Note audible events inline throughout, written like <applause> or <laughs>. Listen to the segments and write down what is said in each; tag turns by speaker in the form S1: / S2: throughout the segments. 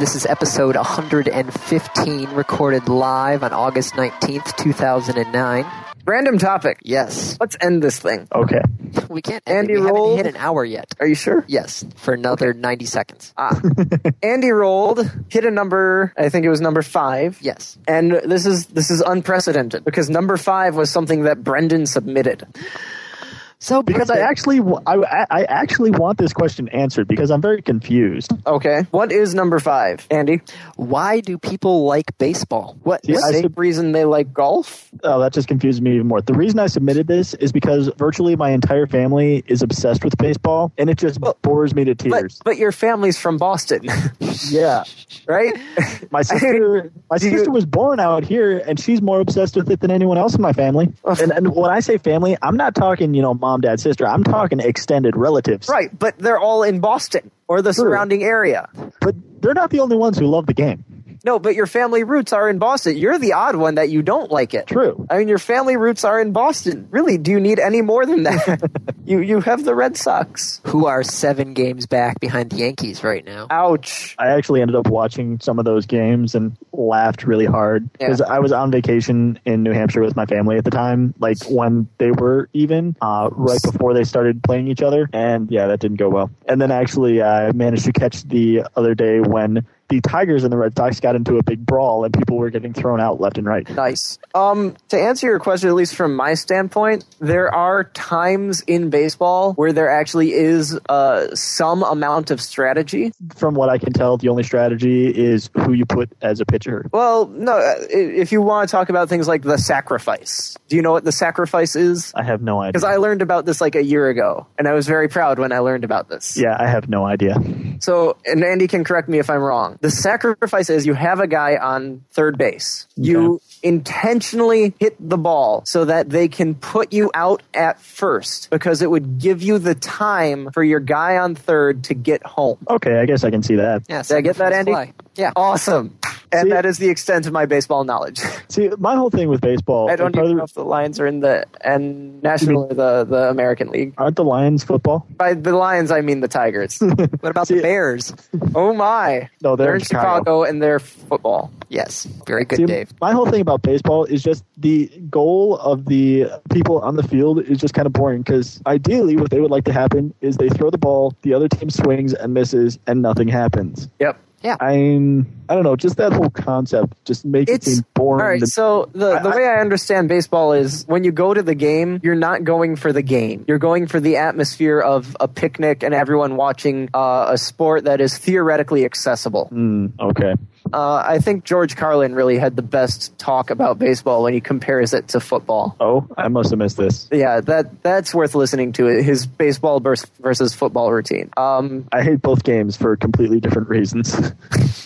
S1: This is episode 115, recorded live on August 19th, 2009.
S2: Random topic.
S1: Yes,
S2: Let's end this thing.
S3: Okay.
S1: we can't. end it.
S2: Andy
S1: we
S2: rolled.
S1: haven't hit an hour yet.
S2: Are you sure?
S1: Yes, for another 90 seconds.
S3: <laughs>
S2: Ah. Andy rolled, hit a number. I think it was number five.
S1: Yes.
S2: And this is this is unprecedented because number five was something that Brendan submitted.
S1: So
S3: Because I
S1: Brendan,
S3: actually, w- I, I- I actually want this question answered because I'm very confused.
S2: Okay, what is number five, Andy?
S1: why do people like baseball?
S2: What
S3: See,
S2: is
S3: I
S2: the
S3: sub-
S2: reason they like golf?
S3: Oh, that just confuses me even more. The reason I submitted this is because virtually my entire family is obsessed with baseball, and it just bores me to
S2: But,
S3: tears.
S2: but your family's from Boston, <laughs>
S3: yeah, <laughs>
S2: right? <laughs>
S3: my sister, my
S2: do you-
S3: sister was born out here, and she's more obsessed with it than anyone else in my family.
S2: Ugh.
S3: And, and when I say family, I'm not talking, you know, mom, dad, sister. I'm talking extended relatives.
S2: right, but they're all in Boston or the surrounding area.
S3: But they're not the only ones who love the game.
S2: No, but your family roots are in Boston. You're the odd one that you don't like it.
S3: True.
S2: I mean, your family roots are in Boston. Really, do you need any more than that? you you have the Red Sox.
S1: Who are seven games back behind the Yankees right
S2: Uh,
S1: now?
S2: Ouch.
S3: I actually ended up watching some of those games and laughed really hard
S2: Yeah.
S3: because I was on vacation in New Hampshire with my family at the time, like when they were even, uh, right before they started playing each other. And yeah, that didn't go well. And then actually, I managed to catch the other day when the Tigers and the Red Sox got into a big brawl and people were getting thrown out left and right.
S2: Nice. Um, to answer your question, at least from my standpoint, there are times in baseball where there actually is uh, some amount of strategy.
S3: From what I can tell, the only strategy is who you put as a pitcher.
S2: Well, no, uh, i- if you want to talk about things like the sacrifice, do you know what the sacrifice is?
S3: I have no
S2: Because
S3: idea.
S2: I learned about this like a year ago, and I was very proud when I learned about this.
S3: yeah, I have no idea.
S2: So, and Andy can correct me if I'm wrong. The sacrifice is you have a guy on third base. You intentionally hit the ball so that they can put you out at first because it would give you the time for your guy on third to get home.
S3: Okay, I guess I can see that.
S1: Yeah,
S2: Did I get that, Andy?
S1: fly. Yeah.
S2: Awesome. And
S3: See-
S2: that is the extent of my baseball knowledge. <laughs>
S3: See, my whole thing with baseball.
S2: I don't
S3: and part of
S2: even
S3: the-
S2: know if the Lions are in the and National or the, the American League.
S3: Aren't the Lions football?
S2: By the Lions, I mean
S3: <laughs>
S2: the Tigers.
S1: What about the
S3: See-
S1: Bears?
S2: oh my.
S3: No, they're in
S2: in
S3: Chicago.
S2: Chicago and they're football.
S1: Yes. Very good,
S3: See,
S1: Dave.
S3: My whole thing about baseball is just the goal of the people on the field is just kind of boring because ideally, what they would like to happen is they throw the ball, the other team swings and misses, and nothing happens.
S2: Yep.
S1: Yeah.
S3: I'm, I don't know, just that whole concept just makes it
S2: It's
S3: seem boring.
S2: All right,
S3: to-
S2: so the, the
S3: I-
S2: way I understand baseball is when you go to the game, you're not going for the game. You're going for the atmosphere of a picnic and everyone watching uh, a sport that is theoretically accessible.
S3: Hmm, okay.
S2: Uh, I think George Carlin really had the best talk about baseball when he compares it to football.
S3: Oh, I must have missed this.
S2: Yeah, that that's worth listening to. His baseball vers- versus football routine. Um,
S3: I hate both games for completely different reasons. <laughs>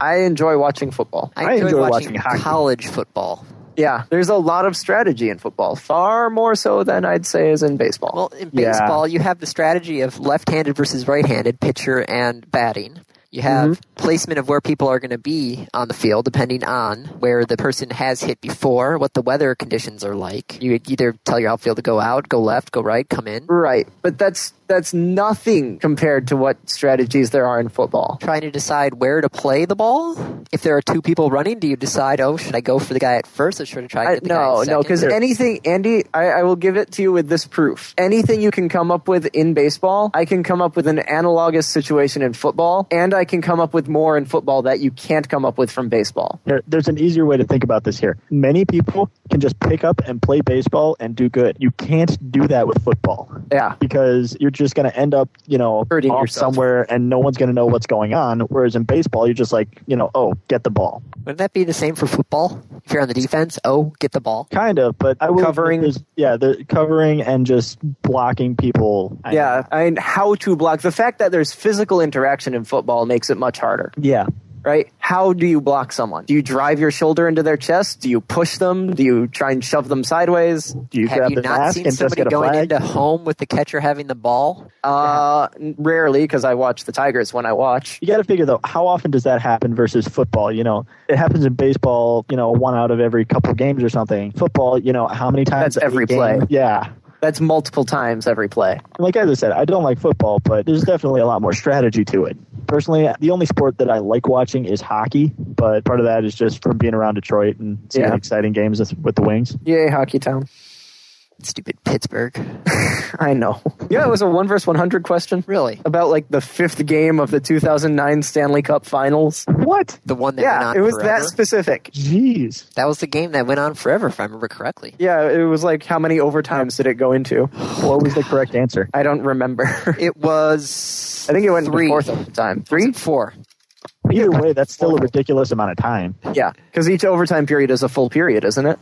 S2: I enjoy watching football.
S1: I
S3: I
S1: enjoy,
S3: enjoy
S1: watching,
S3: watching hockey.
S1: college football.
S2: Yeah, there's a lot of strategy in football, far more so than I'd say is in baseball.
S1: Well, in
S3: Yeah.
S1: baseball, you have the strategy of left-handed versus right-handed pitcher and batting. You have
S2: Mm-hmm.
S1: placement of where people are going to be on the field, depending on where the person has hit before, what the weather conditions are like. You either tell your outfield to go out, go left, go right, come in.
S2: Right, but that's that's nothing compared to what strategies there are in football.
S1: Trying to decide where to play the ball. If there are two people running, do you decide, oh, should I go for the guy at first or should I try to
S2: I,
S1: get the guy
S2: no,
S1: at
S2: no,
S1: second?
S2: because anything, Andy, I, I will give it to you with this proof. Anything you can come up with in baseball, I can come up with an analogous situation in football, and I can come up with more in football that you can't come up with from baseball.
S3: There, there's an easier way to think about this here. Many people can just pick up and play baseball and do good. You can't do that with football
S2: Yeah,
S3: because you're just going to end up, you know,
S2: Hurting
S3: off
S2: yourself.
S3: somewhere and no one's going to know what's going on. Whereas in baseball, you're just like, you know, oh, get the ball.
S1: Wouldn't that be the same for football? If you're on the defense, oh, get the ball.
S3: Kind of, but I will
S2: Covering.
S3: there's- Yeah, the covering and just blocking people. I-
S2: yeah. I mean, how to block the fact that there's physical interaction in football makes it much harder.
S3: Yeah.
S2: right? How do you block someone? Do you drive your shoulder into their chest? Do you push them? Do you try and shove them sideways?
S3: Do you
S1: Have
S3: grab
S1: you
S3: the
S1: not
S3: mask
S1: seen
S3: and just
S1: somebody
S3: get a
S1: going
S3: flag?
S1: into home with the catcher having the ball?
S2: Uh, n- rarely, because I watch the Tigers when I watch.
S3: you got to figure though, how often does that happen versus football? You know, it happens in baseball. You know, one out of every couple games or something. Football, you know, how many times?
S2: That's every
S3: a game?
S2: play.
S3: Yeah.
S2: That's multiple times every play.
S3: Like as I said, I don't like football, but there's definitely a lot more strategy to it. personally, the only sport that I like watching is hockey, but part of that is just from being around Detroit and seeing
S2: Yeah.
S3: exciting games with, with the Wings.
S2: Yay, Hockey Town.
S1: Stupid Pittsburgh.
S2: I know. Yeah, it was a one verse 100 question
S1: Really?
S2: about like the fifth game of the 2009 Stanley Cup Finals.
S3: What?
S1: The one that went
S2: yeah,
S1: on
S2: it was
S1: forever?
S2: that specific.
S3: Jeez.
S1: that was the game that went on forever, if I remember correctly.
S2: Yeah, it was like how many overtimes did it go into?
S3: What was the correct answer?
S2: I don't remember. <laughs> I
S1: It was.
S2: think it went into
S1: three.
S2: fourth overtime.
S1: Was
S2: Three?
S1: it Four.
S3: Either way, that's still a ridiculous amount of time.
S2: Yeah, because each overtime period is a full period, isn't it?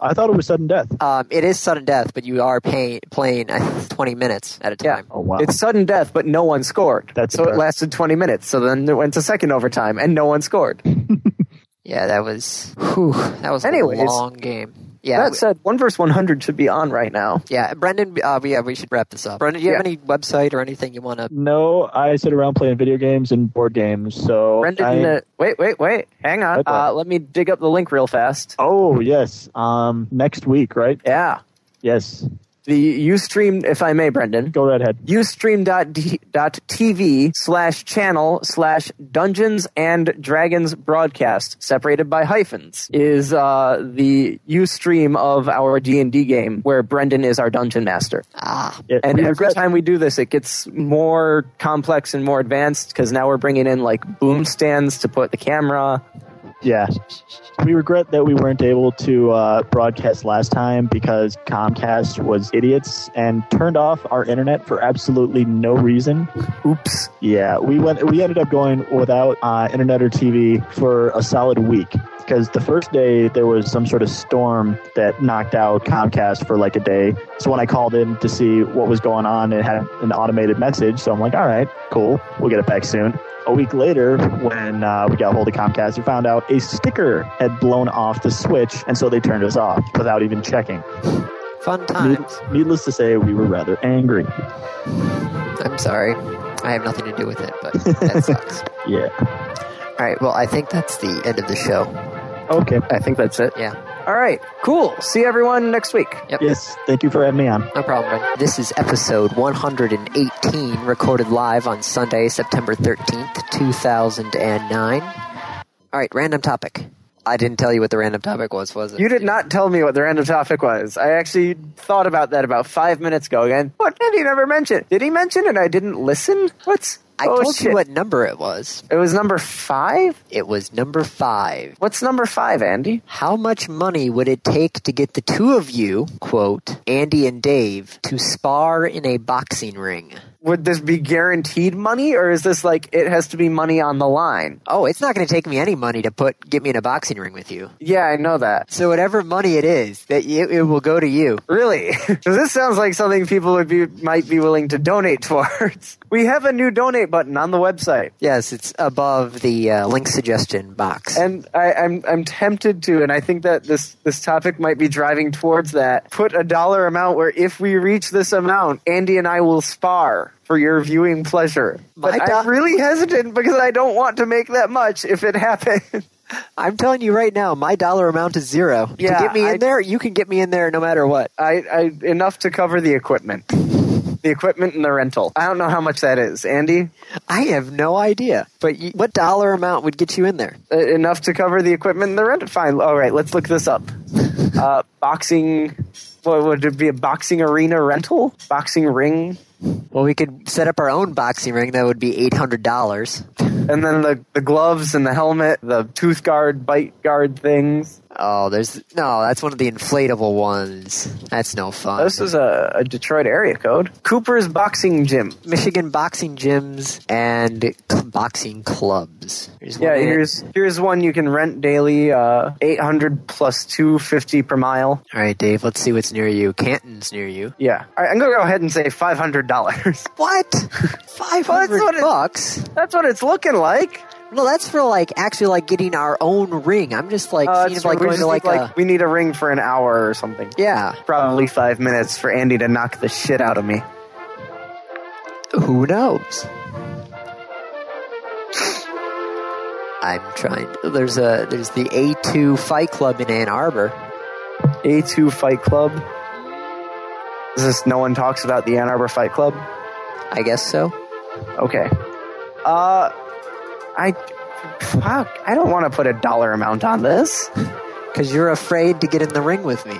S3: I thought it was sudden death.
S1: Um, it is sudden death, but you are pay- playing uh, 20 minutes at a
S2: Yeah.
S1: time.
S3: Oh, wow.
S2: It's sudden death, but no one scored.
S3: That's
S2: so it
S3: impressive.
S2: lasted 20 minutes. So then it went to second overtime, and no one scored.
S1: Yeah, that was. Whew, that was
S2: Anyways.
S1: a long game. Yeah.
S2: That said, one verse 100 should be on right now.
S1: yeah, Brendan. Uh, yeah, we should wrap this up. Brendan, do you have
S2: Yeah.
S1: any website or anything you want to?
S3: no, I sit around playing video games and board games. So
S2: Brendan,
S3: I-
S2: uh, wait, wait, wait. Hang on.
S3: Okay.
S2: Uh, let me dig up the link real fast.
S3: Oh yes, um, next week, right?
S2: Yeah.
S3: Yes,
S2: The Ustream, if I may, Brendan.
S3: go right ahead.
S2: Ustream.tv slash channel slash Dungeons and Dragons broadcast, separated by hyphens, is uh, the Ustream of our D&D game, where Brendan is our dungeon master.
S1: Ah,
S3: It-
S2: And
S3: we
S2: every
S3: regret-
S2: time we do this, it gets more complex and more advanced because now we're bringing in like boom stands to put the camera.
S3: yeah, we regret that we weren't able to uh, broadcast last time because Comcast was idiots and turned off our internet for absolutely no reason.
S2: Oops.
S3: Yeah, we went. We ended up going without uh, internet or TV for a solid week because the first day there was some sort of storm that knocked out Comcast for like a day. So when I called in to see what was going on, it had an automated message. So I'm like, all right, cool, we'll get it back soon. A week later, when uh, we got hold of Comcast, we found out a sticker had blown off the switch, and so they turned us off without even checking.
S1: fun
S3: Need-
S1: times.
S3: needless to say, we were rather angry.
S1: I'm sorry. I have nothing to do with it,
S2: <laughs>
S1: but that sucks.
S3: Yeah.
S1: All right. Well, I think that's the end of the show.
S3: Okay.
S2: I think that's it.
S1: Yeah.
S2: All right. Cool. See everyone next week.
S3: Yes. Thank you for having me on.
S1: No problem. man. This is episode 118, recorded live on Sunday, September 13th, 2009. All right, random topic. I didn't tell you what the random topic was, was it?
S2: You did not tell me what the random topic was. I actually thought about that about five minutes ago again. What did he never mention? Did he mention and I didn't listen? What?
S1: I
S2: oh,
S1: told
S2: shit.
S1: you what number it was.
S2: It was number five?
S1: It was number five.
S2: What's number five, Andy?
S1: How much money would it take to get the two of you, quote, Andy and Dave, to spar in a boxing ring?
S2: Would this be guaranteed money or is this like it has to be money on the line?
S1: Oh, it's not going to take me any money to put get me in a boxing ring with you.
S2: Yeah, I know that.
S1: So whatever money it is, that it, it will go to you.
S2: Really? <laughs> 'Cause this sounds like something people would be might be willing to donate <laughs> towards. We have a new donate button on the website,
S1: Yes, it's above the uh, link suggestion box.
S2: and I, I'm I'm tempted to, and I think that this this topic might be driving towards that. Put a dollar amount where if we reach this amount, Andy and I will spar for your viewing pleasure. But
S1: My
S2: I'm
S1: do-
S2: really hesitant because I don't want to make that much if it <laughs> happens.
S1: I'm telling you right now, my dollar amount is zero.
S2: Yeah,
S1: to get me in
S2: I-
S1: there, you can get me in there no matter what.
S2: I, I enough to cover the equipment. The equipment and the rental. I don't know how much that is, Andy.
S1: I have no idea. But you, what dollar amount would get you in there?
S2: Uh, enough to cover the equipment and the rent. Fine. All right, let's look this up. Uh, boxing. What would it be? A boxing arena rental? Boxing ring?
S1: Well, we could set up our own boxing ring. That would be eight hundred dollars.
S2: And then the, the gloves and the helmet, the tooth guard, bite guard things.
S1: Oh, there's no. That's one of the inflatable ones. That's no fun.
S2: This is a, a Detroit area code. Cooper's Boxing Gym.
S1: Michigan boxing gyms and cl- boxing clubs. There's
S2: Yeah,
S1: one in-
S2: here's here's one you can rent daily, uh, 800 plus 250 per mile.
S1: All right, Dave. Let's see what's near you. Canton's near you.
S2: Yeah. All right, I'm going to go ahead and say $500.
S1: <laughs> What? Five
S2: what
S1: hundred
S2: it-
S1: bucks?
S2: <laughs> That's what it's looking like.
S1: No, that's for like actually like getting our own ring. I'm just like
S2: Uh,
S1: seeing if,
S2: it's-
S1: like
S2: we
S1: going
S2: just
S1: to
S2: need,
S1: like, a
S2: we need a ring for an hour or something.
S1: yeah.
S2: Probably five minutes for Andy to knock the shit out of me.
S1: Who knows? I'm trying. There's a there's the A2 Fight Club in Ann Arbor.
S2: A2 Fight Club. Is this no one talks about the Ann Arbor Fight Club?
S1: I guess so.
S2: Okay. Uh, I fuck. I don't want to put a dollar amount on this.
S1: Because you're afraid to get in the ring with me.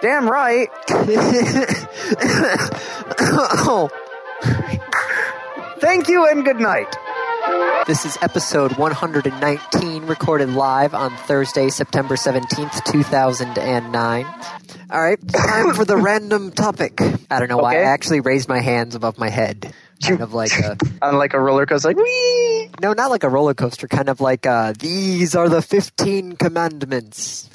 S2: Damn right.
S1: <laughs> oh,
S2: Thank you and good night.
S1: this is episode 119, recorded live on Thursday, September 17th, 2009. All right, time for the random topic. I don't know why I
S2: Okay.
S1: actually raised my hands above my head. Kind of like a,
S2: On like a roller coaster, like wee.
S1: no, not like a roller coaster, kind of like uh these are the 15 commandments.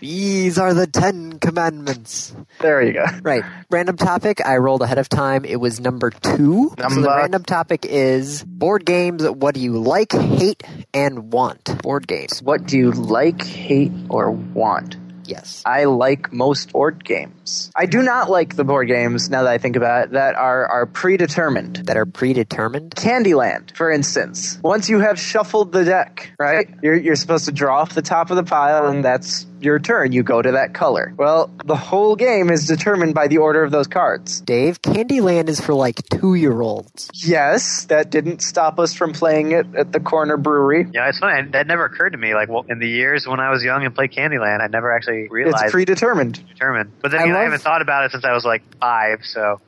S1: These are the 10 commandments.
S2: there you go.
S1: Right. Random topic I rolled ahead of time. It was number two. So the
S2: Number-
S1: random topic is board games. What do you like, hate, and want? Board games.
S2: What do you like, hate, or want?
S1: Yes.
S2: I like most board games. I do not like the board games, now that I think about it, that are, are predetermined.
S1: That are predetermined.
S2: Candyland, for instance. Once you have shuffled the deck, right? You're, you're supposed to draw off the top of the pile, and that's your turn. You go to that color. Well, the whole game is determined by the order of those cards.
S1: Dave, Candyland is for like two year olds.
S2: Yes, that didn't stop us from playing it at the corner brewery.
S4: Yeah, it's funny. That never occurred to me. Like well, in the years when I was young and played Candyland, I never actually realized
S2: It's predetermined.
S4: determined. But then
S1: I
S4: again, I
S1: love-
S4: haven't thought about it since I was like five.
S2: <laughs>
S4: So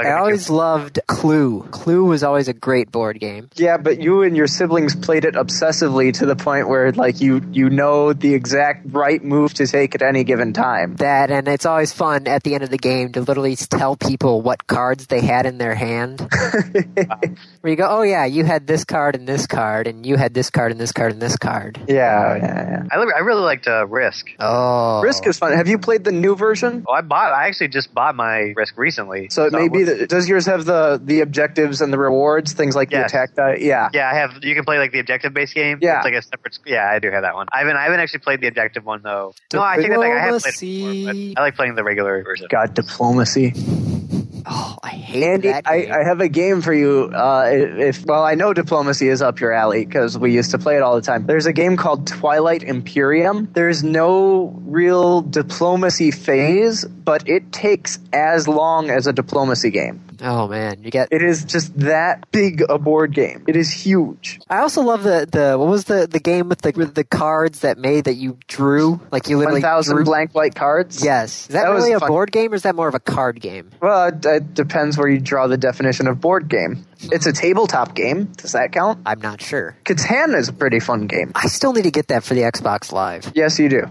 S4: like,
S1: I
S4: think
S1: always loved Clue. Clue was always a great board game.
S2: Yeah, but you and your siblings played it obsessively to the point where like you you know the exact right move to take at any given time.
S1: That and it's always fun at the end of the game to literally tell people what cards they had in their hand. Where you go, oh yeah, you had this card and this card, and you had this card and this card and this card.
S2: Yeah, yeah, yeah.
S4: I, li- I really liked uh, Risk.
S1: Oh,
S2: Risk is fun. Have you played the new version?
S4: Oh, I bought. I actually just bought my Risk recently.
S2: So it may be that does yours have the the objectives and the rewards, things like
S4: Yes.
S2: the attack die? Yeah.
S4: Yeah, I have. You can play like the objective-based game.
S2: Yeah.
S4: it's like a separate. sc- Yeah, I do have that one. I haven't. I haven't actually played the objective one though. No, I think that like, I have played it before,
S1: Diplomacy.
S4: but I like playing the regular version.
S2: God, diplomacy.
S1: Oh, I hate
S2: Andy,
S1: that.
S2: I,
S1: game.
S2: I have a game for you. Uh, if well, I know diplomacy is up your alley because we used to play it all the time. There's a game called Twilight Imperium. There's no real diplomacy phase, but it takes as long as a diplomacy game.
S1: oh man, you get.
S2: It is just that big a board game. It is huge.
S1: I also love the the what was the the game with the with the cards that made that you drew like you literally
S2: One
S1: drew-
S2: thousand blank white cards.
S1: Yes, is that,
S2: That was
S1: really a
S2: fun.
S1: board game or is that more of a card game?
S2: Well, it, it depends where you draw the definition of board game. It's a tabletop game. Does that count?
S1: I'm not sure.
S2: Catan is a pretty fun game.
S1: I still need to get that for the Xbox Live.
S2: Yes, you do.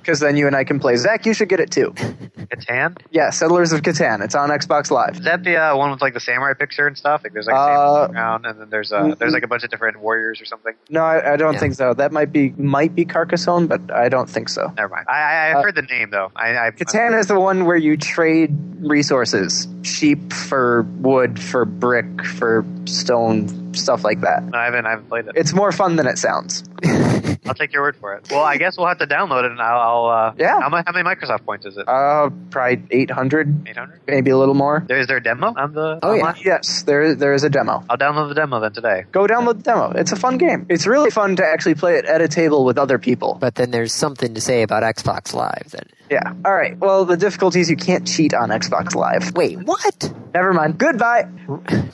S2: Because then you and I can play. Zach, you should get it too.
S4: Catan.
S2: Yeah, Settlers of Catan. It's on Xbox Live.
S4: Is that the uh, one with like the samurai picture and stuff? Like there's like a
S2: Uh,
S4: samurai around, and then there's uh, there's like a bunch of different warriors or something.
S2: No, I, I don't
S1: Yeah.
S2: think so. That might be might be Carcassonne, but I don't think so.
S4: Never mind. I, I, I
S2: Uh,
S4: heard the name though. I, I
S2: Catan is the one where you trade resources: sheep for wood, for brick, for stone, stuff like that.
S4: No, I haven't. I haven't played it.
S2: It's more fun than it sounds.
S4: I'll take your word for it. Well, I guess we'll have to download it, and I'll. I'll uh,
S2: Yeah.
S4: How, mu- how many Microsoft points is it?
S2: Uh, probably eight hundred,
S4: Eight hundred.
S2: maybe a little more.
S4: There is there a demo on the?
S1: Oh, yeah.
S4: online?
S2: Yes, there there is a demo.
S4: I'll download the demo then today.
S2: Go download the demo. It's a fun game. It's really fun to actually play it at a table with other people.
S1: But then there's something to say about Xbox Live. That
S2: Yeah. All right. Well, the difficulty is you can't cheat on Xbox Live.
S1: wait, what?
S2: Never mind. Goodbye.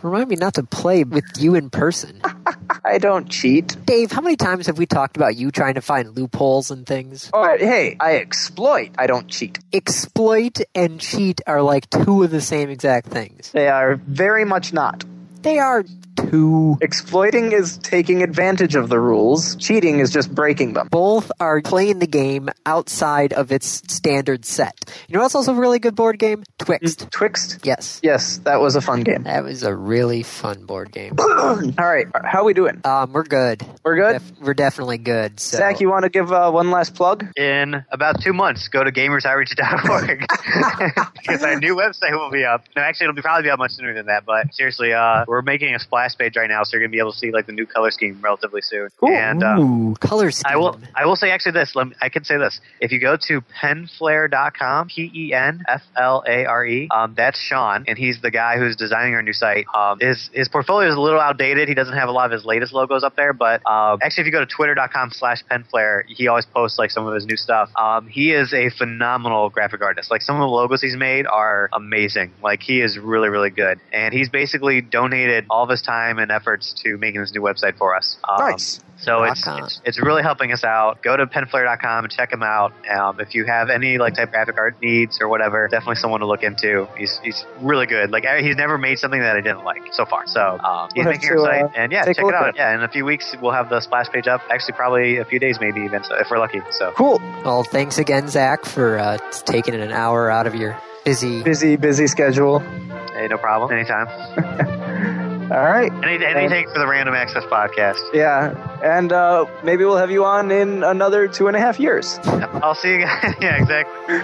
S1: Remind me not to play with you in person,
S2: I don't cheat.
S1: Dave. How many times have we talked about you trying to find loopholes and things?
S2: All right. Hey, I exploit. I don't cheat.
S1: Exploit and cheat are like two of the same exact things.
S2: They are very much not.
S1: They are two.
S2: Exploiting is taking advantage of the rules. Cheating is just breaking them.
S1: Both are playing the game outside of its standard set. You know what's also a really good board game?
S4: Mm.
S1: Twixt.
S2: Twixt.
S1: Yes.
S2: Yes, that was a fun
S1: <clears throat>
S2: game.
S1: That was a really fun board game.
S2: All right. How we doing?
S1: Um, we're good.
S2: We're good.
S1: Def- we're definitely good. So.
S2: Zach, you want to give uh, one last plug?
S4: in about two months. Go to
S2: <laughs>
S4: gamersoutreach.org because our new website will be up. No, actually, it'll be probably be up much sooner than that. But seriously, uh, we're making a splash page right now, so you're gonna be able to see like the new color scheme relatively soon. And uh,
S1: Ooh, color scheme.
S4: I will. um, I will say actually this. Let me, I can say this. If you go to E penflare.com, P-E-N-F-L-A-R-E, um, that's Sean, and he's the guy who's designing our new site. Um, his his portfolio is a little outdated. He doesn't have a lot of his latest logos up there, but Um, actually, if you go to twitter.com slash E penflare, he always posts like some of his new stuff. Um, he is a phenomenal graphic artist. Like some of the logos he's made are amazing. Like he is really, really good. And he's basically donated all of his time and efforts to making this new website for us. Um,
S2: Nice.
S4: So it's,
S1: Rock on.
S4: it's it's really helping us out. Go to penflare.com and check him out. Um, if you have any like typographic art needs or whatever, definitely someone to look into. He's he's really good. Like I- he's never made something that I didn't like so far. So
S2: Oh,
S4: um, he's
S2: We'll
S4: making
S2: have
S4: our
S2: to,
S4: site and yeah,
S2: uh, take
S4: check
S2: a look
S4: it
S2: at
S4: out.
S2: it.
S4: Yeah, in a few weeks we'll have the splash page up. Actually, probably a few days, maybe even so if we're lucky. So
S2: Cool.
S1: Well, thanks again, Zach, for uh, taking an hour out of your busy.
S2: Busy, busy schedule.
S4: hey, no problem. Anytime.
S2: All right.
S4: Any, anything for the Random Access Podcast.
S2: <laughs> Yeah. And uh, maybe we'll have you on in another two and a half years.
S4: I'll see you guys. <laughs> yeah, exactly.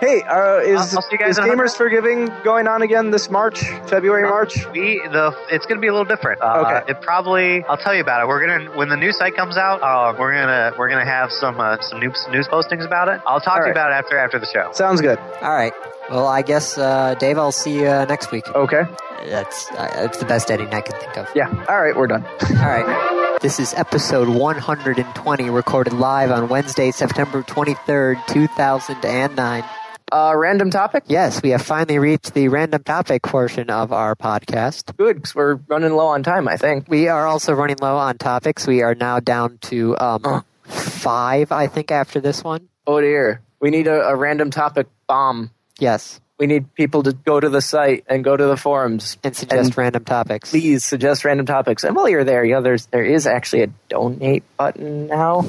S2: Hey, uh, is,
S4: I'll see you guys
S2: is
S4: in a hundred.
S2: Gamers for Giving going on again this March, February, March?
S4: We the it's going to be a little different. Uh,
S2: Okay.
S4: It probably I'll tell you about it. We're gonna when the new site comes out. Uh, we're gonna we're gonna have some uh, some news news postings about it. I'll talk
S2: All
S4: to
S2: right.
S4: you about it after after the show.
S2: Sounds good.
S1: All right. Well, I guess, uh, Dave, I'll see you uh, next week.
S2: Okay.
S1: That's, uh, that's the best editing I can think of.
S2: Yeah. All right. We're done.
S1: All right. This is episode 120, recorded live on Wednesday, September 23rd, 2009.
S2: Uh, random topic?
S1: Yes, we have finally reached the random topic portion of our podcast.
S2: Good, because we're running low on time, I think.
S1: We are also running low on topics. We are now down to
S2: Huh.
S1: um, five, I think, after this one.
S2: Oh, dear. We need a, a random topic bomb.
S1: Yes,
S2: We need people to go to the site and go to the forums.
S1: and suggest
S2: And
S1: random topics.
S2: Please suggest random topics. And while you're there, you know, there's there is actually a donate button now.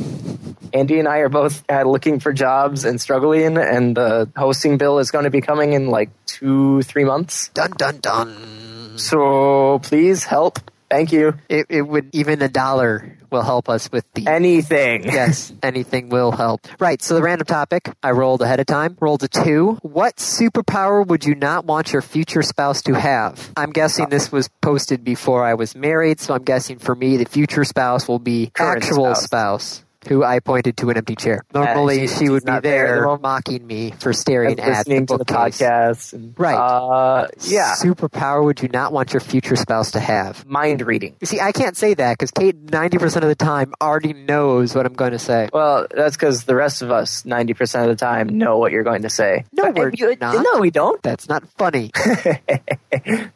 S2: Andy and I are both uh, looking for jobs and struggling, and the hosting bill is going to be coming in like two, three months.
S1: Dun dun dun.
S2: So please help. Thank you.
S1: It, it would even a dollar will help us with the
S2: Anything. <laughs>
S1: yes, anything will help. Right, so the random topic I rolled ahead of time, rolled a two. What superpower would you not want your future spouse to have? I'm guessing this was posted before I was married, so I'm guessing for me the future spouse will be
S2: Current
S1: actual
S2: spouse.
S1: spouse. Who I pointed to an empty chair. Normally,
S2: she-
S1: she would
S2: she's
S1: be
S2: not there at the
S1: there
S2: moment.
S1: mocking me for staring
S2: And
S1: at the
S2: listening to the
S1: bookcase.
S2: podcast. and-
S1: Right.
S2: Uh, yeah.
S1: Superpower would you not want your future spouse to have?
S2: Mind reading.
S1: You see, I can't say that because Kate, ninety percent of the time, already knows what I'm going to say.
S2: Well, that's because the rest of us, 90% of the time, know what you're going to say.
S1: No,
S2: But-
S1: we're
S2: and you-
S1: not.
S2: No, we don't. <laughs>
S1: That's not funny.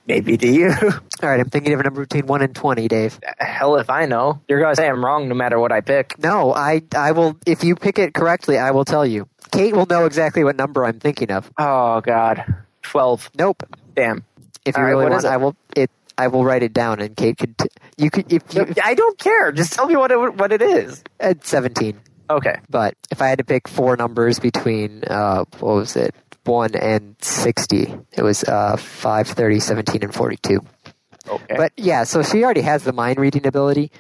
S2: Maybe do you?
S1: All right, I'm thinking of a number between one and twenty, Dave.
S2: Hell if I know. You're going to say I'm wrong no matter what I pick.
S1: No, I, I will. If you pick it correctly, I will tell you. Kate will know exactly what number I'm thinking of.
S2: Oh, God. 12.
S1: Nope.
S2: Damn.
S1: If you
S2: All right,
S1: really
S2: what
S1: want,
S2: is it?
S1: I will. It. I will write it down, and Kate could. T- you could if you
S2: I don't care. Just tell me what it, what it is.
S1: at seventeen.
S2: Okay.
S1: But if I had to pick four numbers between uh, what was it, one and sixty, it was uh, 5, 30, 17, and forty-two.
S2: Okay.
S1: But yeah, so she already has the mind reading ability.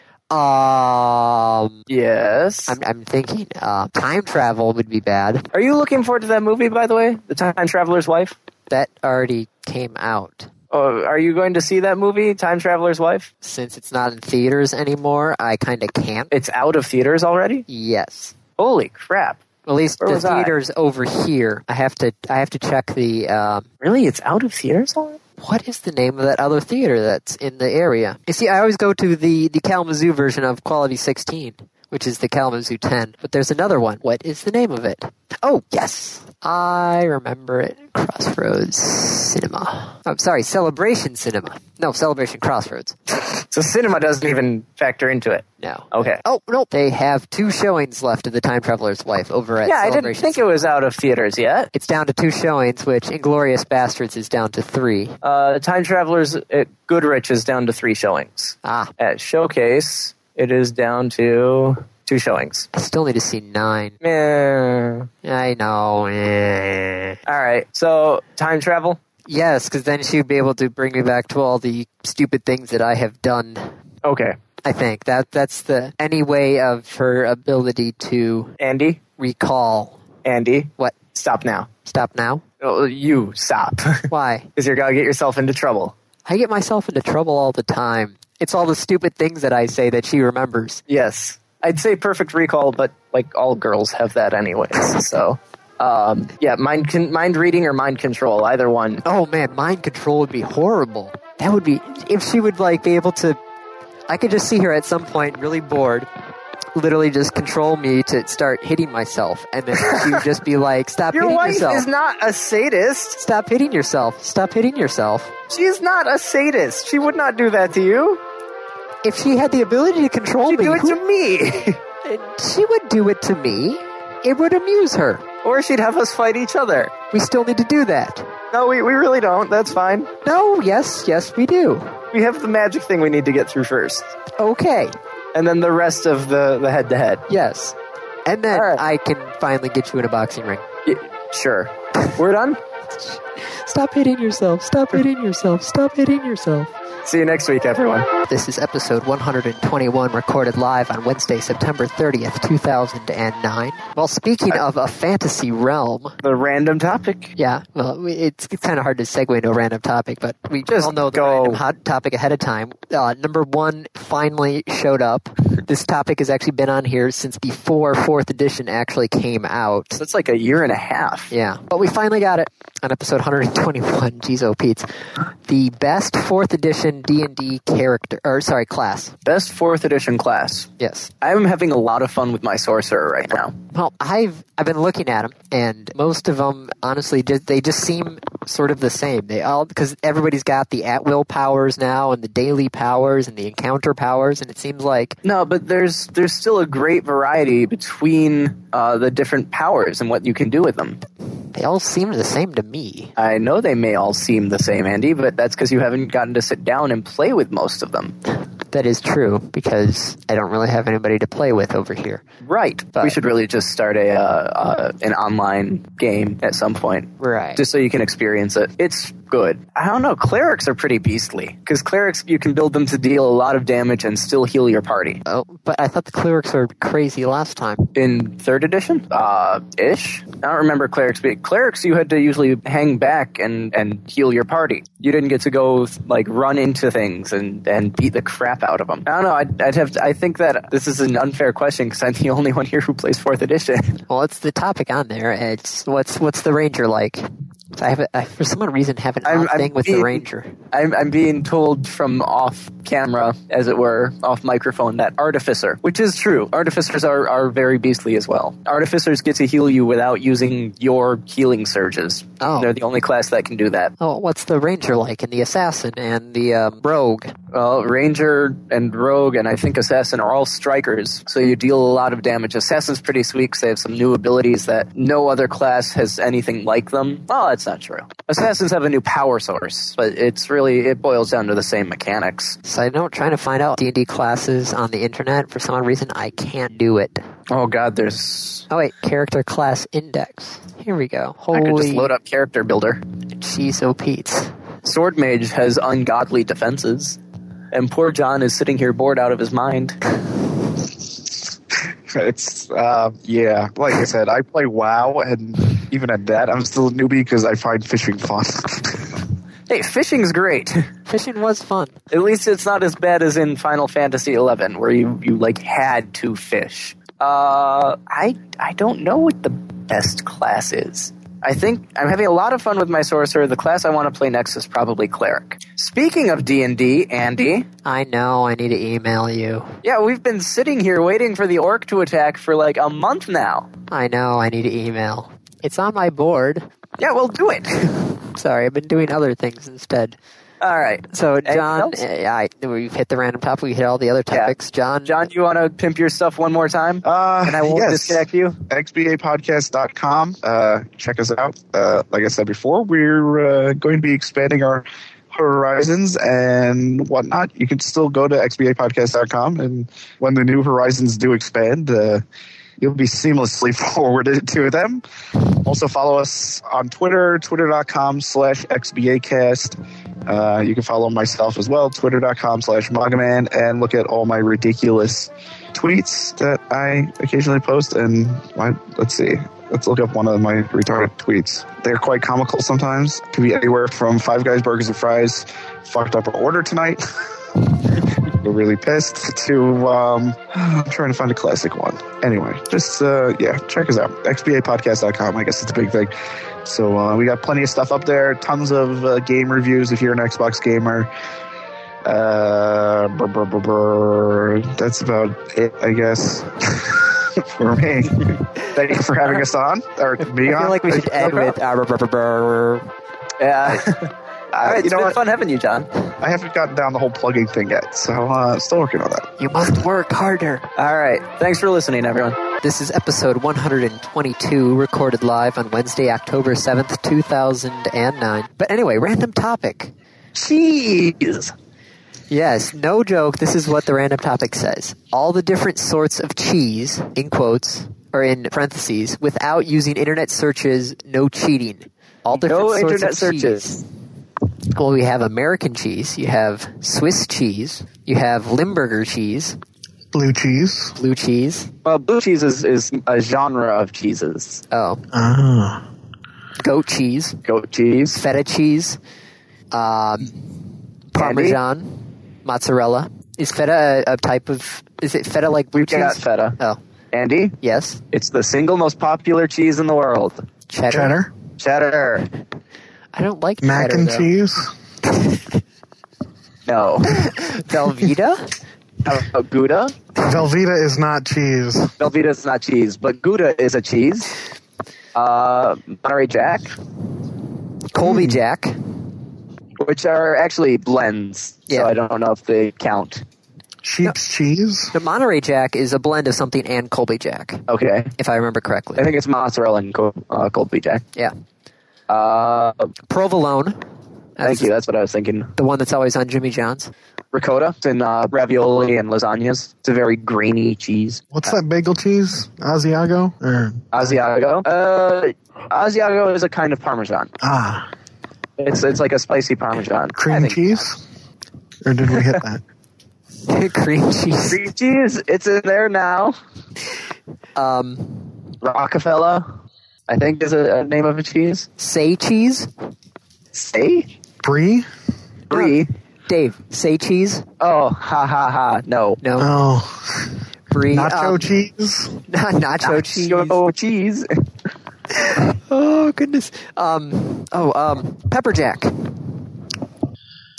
S1: Um,
S2: yes.
S1: I'm, I'm thinking uh, time travel would be bad.
S2: Are you looking forward to that movie, by the way? The Time Traveler's Wife?
S1: That already came out.
S2: Oh, are you going to see that movie, Time Traveler's Wife?
S1: Since it's not in theaters anymore, I kind of can't.
S2: It's out of theaters already?
S1: Yes.
S2: Holy crap.
S1: At least
S2: Where
S1: the
S2: was I?
S1: theaters over here. I have to. I have to check the. Um,
S2: Really? It's out of theaters already?
S1: what is the name of that other theater that's in the area? You see, I always go to the the Kalamazoo version of Quality 16, which is the Kalamazoo 10. But there's another one. What is the name of it? Oh, yes, I remember it. Crossroads Cinema. I'm sorry, Celebration Cinema. No, Celebration Crossroads.
S2: So cinema doesn't even factor into it.
S1: No.
S2: Okay.
S1: Oh no, they have two showings left of the Time Traveler's Wife over at.
S2: Yeah, I
S1: Celebration
S2: didn't think it was out of theaters yet.
S1: It's down to two showings, which Inglorious Bastards is down to three.
S2: Uh, Time Travelers at Goodrich is down to three showings.
S1: Ah,
S2: At Showcase, it is down to two showings.
S1: I still need to see nine.
S2: Meh.
S1: I know. eh.
S2: All right. So time travel.
S1: Yes, because then she would be able to bring me back to all the stupid things that I have done.
S2: Okay.
S1: I think that that's the any way of her ability to
S2: Andy,
S1: recall.
S2: Andy,
S1: What?
S2: stop now.
S1: Stop now?
S2: Oh, you stop. <laughs> Because
S1: Why?
S2: you're going to get yourself into trouble.
S1: I get myself into trouble all the time. It's all the stupid things that I say that she remembers.
S2: Yes. I'd say perfect recall, but like all girls have that anyways. So. Um, yeah, mind con- mind reading or mind control, either one.
S1: Oh man, mind control would be horrible. That would be if she would like be able to I could just see her at some point, really bored, literally just control me to start hitting myself, and then she would
S2: <laughs>
S1: just be like, "Stop
S2: Your
S1: hitting
S2: wife
S1: yourself!
S2: is not a sadist.
S1: Stop hitting yourself! Stop hitting yourself!"
S2: She is not a sadist. She would not do that to you.
S1: If she had the ability to control
S2: She'd
S1: me,
S2: do it
S1: who-
S2: to me. <laughs>
S1: she would do it to me. It would amuse her.
S2: or she'd have us fight each other.
S1: We still need to do that.
S2: No, we, we really don't. That's fine.
S1: No, yes, yes, we do.
S2: We have the magic thing we need to get through first.
S1: Okay,
S2: And then the rest of the the head to head.
S1: yes. And then
S2: All right.
S1: I can finally get you in a boxing ring.
S2: Sure. We're done.
S1: Stop hitting yourself. Stop hitting yourself. Stop hitting yourself.
S2: See you next week, everyone.
S1: This is episode 121, recorded live on Wednesday, September 30th, 2009. Well, speaking of a fantasy realm,
S2: The random topic.
S1: yeah, well, we- it's, it's kind of hard to segue into a random topic, but we
S2: Just
S1: all know the
S2: go.
S1: random hot topic ahead of time. Uh, number one finally showed up. This topic has actually been on here since before fourth edition actually came out.
S2: That's like a year and a half.
S1: Yeah. But we finally got it on episode 121. Jeez, oh Pete's the best fourth edition D and D character, or sorry, class.
S2: Best fourth edition class.
S1: Yes.
S2: I'm having a lot of fun with my sorcerer right now.
S1: Well, I've I've been looking at them, and most of them, honestly, ju- they just seem sort of the same. They all because everybody's got the at will powers now, and the daily powers, and the encounter powers, and it seems like
S2: No, but there's there's still a great variety between uh, the different powers and what you can do with them.
S1: they all seem the same to me.
S2: I know they may all seem the same, Andy, but that's because you haven't gotten to sit down and play with most of them.
S1: That is true because I don't really have anybody to play with over here.
S2: Right. we
S1: But-
S2: should really just start a uh, uh, an online game at some point.
S1: Right.
S2: Just so you can experience it. It's good. I don't know. Clerics are pretty beastly because clerics you can build them to deal a lot of damage and still heal your party.
S1: oh, but I thought the clerics were crazy last time.
S2: in third edition uh ish i don't remember clerics being clerics you had to usually hang back and and heal your party you didn't get to go like run into things and and beat the crap out of them i don't know i'd, I'd have to, i think that this is an unfair question because i'm the only one here who plays fourth edition <laughs>
S1: Well, it's the topic on there. It's what's what's the ranger like? I have a, I, for some odd reason have an
S2: I'm-
S1: odd
S2: I'm
S1: thing with the
S2: being-
S1: ranger.
S2: I'm, I'm being told from off camera as it were off microphone that artificer which is true artificers are, are very beastly as well artificers get to heal you without using your healing surges
S1: Oh.
S2: they're the only class that can do that
S1: Oh, what's the ranger like and the assassin and the um, rogue?
S2: Well, Ranger and Rogue and I think Assassin are all strikers, so you deal a lot of damage. Assassin's pretty sweet 'cause they have some new abilities that no other class has anything like them. Well, that's not true. Assassins have a new power source, but it's really, it boils down to the same mechanics.
S1: Side note: Trying to find out D and D classes on the internet. For some odd reason, I can't do it.
S2: Oh god, there's.
S1: Oh wait, character class index. Here we go.
S2: I could just
S1: Holy
S2: load up Character Builder.
S1: jeez, oh Pete's.
S2: Sword Mage has ungodly defenses, and poor John is sitting here bored out of his mind.
S5: It's uh, yeah. Like I said, I play WoW, and even at that, I'm still a newbie because I find fishing fun. <laughs>
S2: Hey, fishing's great. <laughs>
S1: Fishing was fun.
S2: At least it's not as bad as in Final Fantasy XI, where you, you like had to fish. Uh, I I don't know what the best class is. I think I'm having a lot of fun with my sorcerer. The class I want to play next is probably cleric. Speaking of D and D, Andy,
S1: I know. I need to email you.
S2: yeah, we've been sitting here waiting for the orc to attack for like a month now.
S1: I know. I need to email. It's on my board.
S2: Yeah, we'll do it. <laughs>
S1: Sorry, I've been doing other things instead.
S2: All right,
S1: So John,
S2: else?
S1: eh, I, we've hit the random topic. We hit all the other
S2: Yeah.
S1: topics. John,
S2: John, do you want to pimp your stuff one more time?
S5: Uh,
S2: and I won't
S5: yes.
S2: disconnect you.
S5: xbapodcast.com. Uh, check us out. Uh, like I said before, we're uh, going to be expanding our horizons and whatnot. You can still go to xbapodcast.com, and when the new horizons do expand, uh, you'll be seamlessly <laughs> forwarded to them. Also, follow us on Twitter, twitter.com slash xbacast. Uh, you can follow myself as well, twitter.com slash mogaman, and look at all my ridiculous tweets that I occasionally post, and I, let's see. Let's look up one of my retarded tweets. They're quite comical sometimes. Could be anywhere from Five Guys Burgers and Fries, fucked up our order tonight. We're really pissed. To um, <sighs> I'm trying to find a classic one. Anyway, just uh, yeah, check us out. XBApodcast.com. I guess it's a big thing. So uh, we got plenty of stuff up there. Tons of uh, game reviews if you're an Xbox gamer Uh, brr, brr, brr, brr. That's about it, I guess. <laughs> for me. Thank you for having us on, or me
S1: I
S5: on.
S1: feel like we should end
S2: no
S1: with. Uh, brr, brr, brr, brr.
S2: Yeah. All
S5: Uh,
S2: right,
S5: you
S2: it's
S5: know
S2: been
S5: what?
S2: fun having you, John.
S5: I haven't gotten down the whole plugging thing yet, so uh, still working on that.
S1: You must work harder.
S2: All right. Thanks for listening, everyone.
S1: This is episode 122, recorded live on Wednesday, October 7th, 2009. But anyway, random topic.
S5: Cheese.
S1: Yes, no joke, this is what the random topic says. All the different sorts of cheese, in quotes, or in parentheses, without using internet searches, no cheating. All different
S2: No
S1: sorts
S2: internet
S1: of
S2: searches.
S1: cheese. Well, we have American cheese, you have Swiss cheese, you have Limburger cheese,
S6: Blue cheese.
S1: blue cheese,
S2: Well, blue cheese is, is a genre of cheeses.
S1: oh,
S6: Ah.
S1: goat cheese,
S2: Goat cheese.
S1: feta cheese, um, parmesan, mozzarella. Is feta a, a type of? Is it feta like blue
S2: Yeah,
S1: cheese?
S2: feta.
S1: Oh,
S2: Andy,
S1: yes,
S2: it's the single most popular cheese in the world.
S1: cheddar.
S6: Cheddar.
S2: Cheddar.
S1: I don't like
S6: Mac
S1: cheddar,
S6: and
S5: <laughs>
S1: though.
S6: cheese.
S2: No.
S1: Velveeta.
S2: How about Gouda?
S6: Velveeta is not cheese.
S2: Velveeta's not cheese, but Gouda is a cheese. Uh, Monterey Jack,
S1: Colby Jack.
S2: which are actually blends,
S1: Yeah.
S2: so I don't know if they count.
S6: Sheep's cheese.
S1: The Monterey Jack is a blend of something and Colby Jack,
S2: Okay.
S1: if I remember
S2: I
S1: correctly.
S2: think it's mozzarella and Col- uh, cold blue jack.
S1: Yeah,
S2: Uh,
S1: provolone.
S2: thank
S1: That's
S2: you. That's what I was thinking.
S1: The one that's always on Jimmy John's. <laughs>
S2: Ricotta and uh, ravioli and lasagnas. It's a very grainy cheese.
S6: What's that bagel cheese? Asiago? Or
S2: Asiago. Uh, Asiago is a kind of parmesan.
S6: ah,
S2: It's it's like a spicy parmesan. I
S6: cream
S2: think-
S6: cheese? Or did we hit
S2: <laughs>
S6: that?
S1: Cream cheese.
S2: Cream cheese. It's in there now.
S1: Um,
S2: Rockefeller, I think is a, a name of a cheese.
S1: say cheese.
S2: Say?
S6: Brie?
S2: Brie.
S1: Dave, say cheese.
S2: Oh, ha ha ha. No.
S1: No,
S6: Oh,
S1: Brie.
S6: nacho
S1: um, <laughs>
S6: cheese.
S1: nacho cheese.
S2: Oh, cheese.
S1: Oh goodness. Um. Oh. Um. Pepper jack.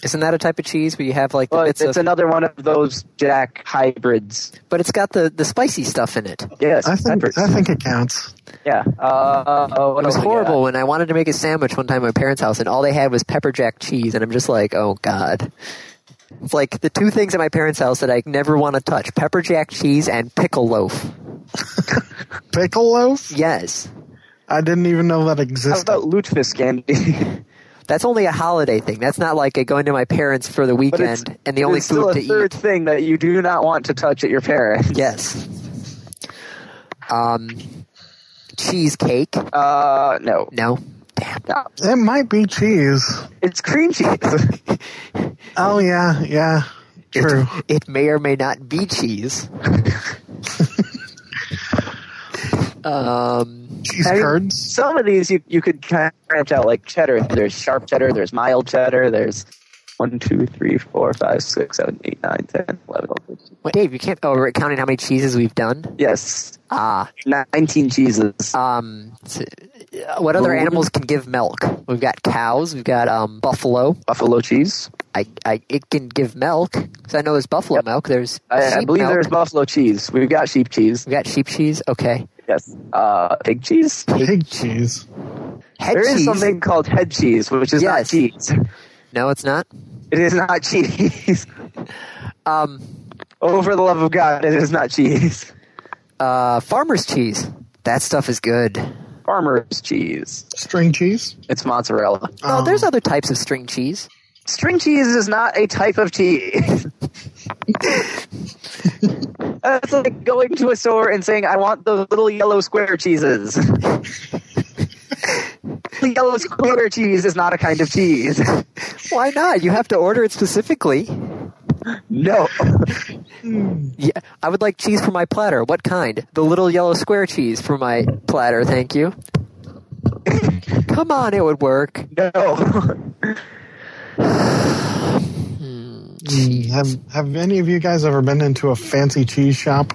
S1: Isn't that a type of cheese where you have like the
S2: Well,
S1: bits
S2: it's,
S1: of,
S2: another one of those Jack hybrids.
S1: but it's got the the spicy stuff in it.
S2: Yes,
S6: I think
S2: peppers.
S6: I think it counts.
S2: Yeah. Uh, uh, what
S1: It was
S2: else we
S1: horrible when I wanted to make a sandwich one time at my parents' house, and all they had was pepper jack cheese, and I'm just like, oh god. It's like the two things at my parents' house that I never want to touch: pepper jack cheese and pickle loaf.
S6: Pickle loaf?
S1: Yes,
S6: I didn't even know that
S2: got? How
S6: existed.
S2: about lutefisk, Andy?
S1: that's only a holiday thing. That's not like a going to my parents for the
S2: But it's-
S1: weekend and <laughs> the only
S2: it's still
S1: food
S2: a
S1: to
S2: third
S1: eat.
S2: thing that you do not want to touch at your parents.
S1: Yes. Um, cheesecake.
S2: <laughs> Uh, no.
S1: No. Damn.
S2: No.
S6: It might be cheese.
S2: It's cream cheese. <laughs>
S6: Oh yeah, yeah. True.
S1: It may or may not be cheese. um,
S6: Cheese
S2: I mean,
S6: curds.
S2: Some of these you, you could kind of branch out like cheddar. There's sharp cheddar. There's mild cheddar. There's one, two, three, four, five, six, seven, eight, nine, ten, eleven, twelve, thirteen.
S1: wait, Dave, you can't. Oh, we're counting how many cheeses we've done.
S2: Yes,
S1: Ah.
S2: nineteen cheeses.
S1: Um. s- uh, What other
S2: Mold.
S1: animals can give milk? We've got cows. We've got um buffalo.
S2: Buffalo cheese.
S1: I, I it can give milk because I know there's buffalo milk. There's
S2: I, I
S1: sheep
S2: believe
S1: milk.
S2: there's buffalo cheese. We've got sheep cheese.
S1: we got sheep cheese. Okay.
S2: Yes. Uh, pig cheese.
S6: Pig cheese.
S1: Head
S2: There is
S1: cheese.
S2: something called head cheese, which is
S1: Yes.
S2: not cheese. <laughs>
S1: No, it's not.
S2: It is not cheese. <laughs>
S1: Um.
S2: Oh, for the love of God, it is not cheese.
S1: Uh. Farmer's cheese. That stuff is good.
S2: Farmer's cheese.
S6: String cheese.
S2: It's mozzarella.
S1: Oh,
S6: Um,
S1: there's other types of string cheese.
S2: String cheese is not a type
S6: <laughs>
S2: of cheese. That's like going to a store and saying, I want those little yellow square cheeses. <laughs> the yellow square cheese is not a kind of cheese. <laughs>
S1: Why not? You have to order it specifically.
S2: No.
S1: Yeah, I would like cheese for my platter. What kind? The little yellow square cheese for my platter, thank you. <coughs> Come on, it would work.
S2: No. <laughs>
S6: Mm, Have Have any of you guys ever been into a fancy cheese shop?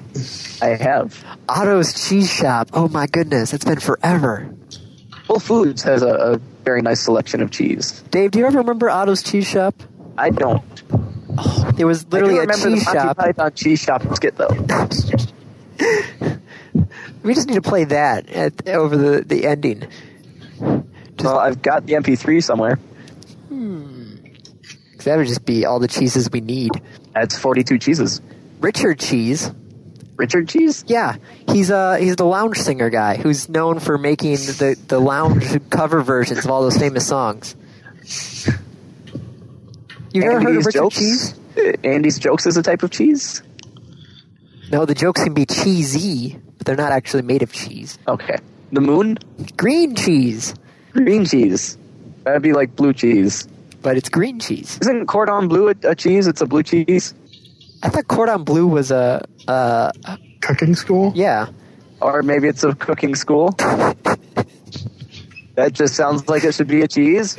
S2: I have.
S1: Otto's Cheese Shop. Oh my goodness, it's been forever.
S2: Whole Foods has a, a very nice selection of cheese.
S1: Dave, do you ever remember Otto's Cheese Shop?
S2: I don't.
S1: There was
S2: I do
S1: literally a
S2: remember the
S1: cheese
S2: Monty
S1: shop.
S2: Python cheese shop skit though.
S1: <laughs> We just need to play that at, over the, the ending.
S2: Well, I've got the MP3 somewhere.
S1: 'Cause That would just be all the cheeses we need.
S2: That's 42 cheeses.
S1: Richard Cheese.
S2: Richard Cheese?
S1: Yeah, he's uh he's the lounge singer guy who's known for making the the lounge cover versions of all those famous songs. You've never heard of
S2: Andy's
S1: Richard
S2: jokes?
S1: Cheese?
S2: Uh, <laughs> Andy's jokes is a type of cheese?
S1: No, the jokes can be cheesy, but they're not actually made of cheese.
S2: Okay. The moon?
S1: Green cheese,
S2: Green cheese. That'd be like blue cheese.
S1: but it's green cheese.
S2: Isn't cordon bleu a, a cheese? It's a blue cheese.
S1: I thought cordon bleu was a uh
S6: Cooking school?
S1: yeah.
S2: Or maybe it's a cooking school. <laughs> that just sounds like it should be a cheese.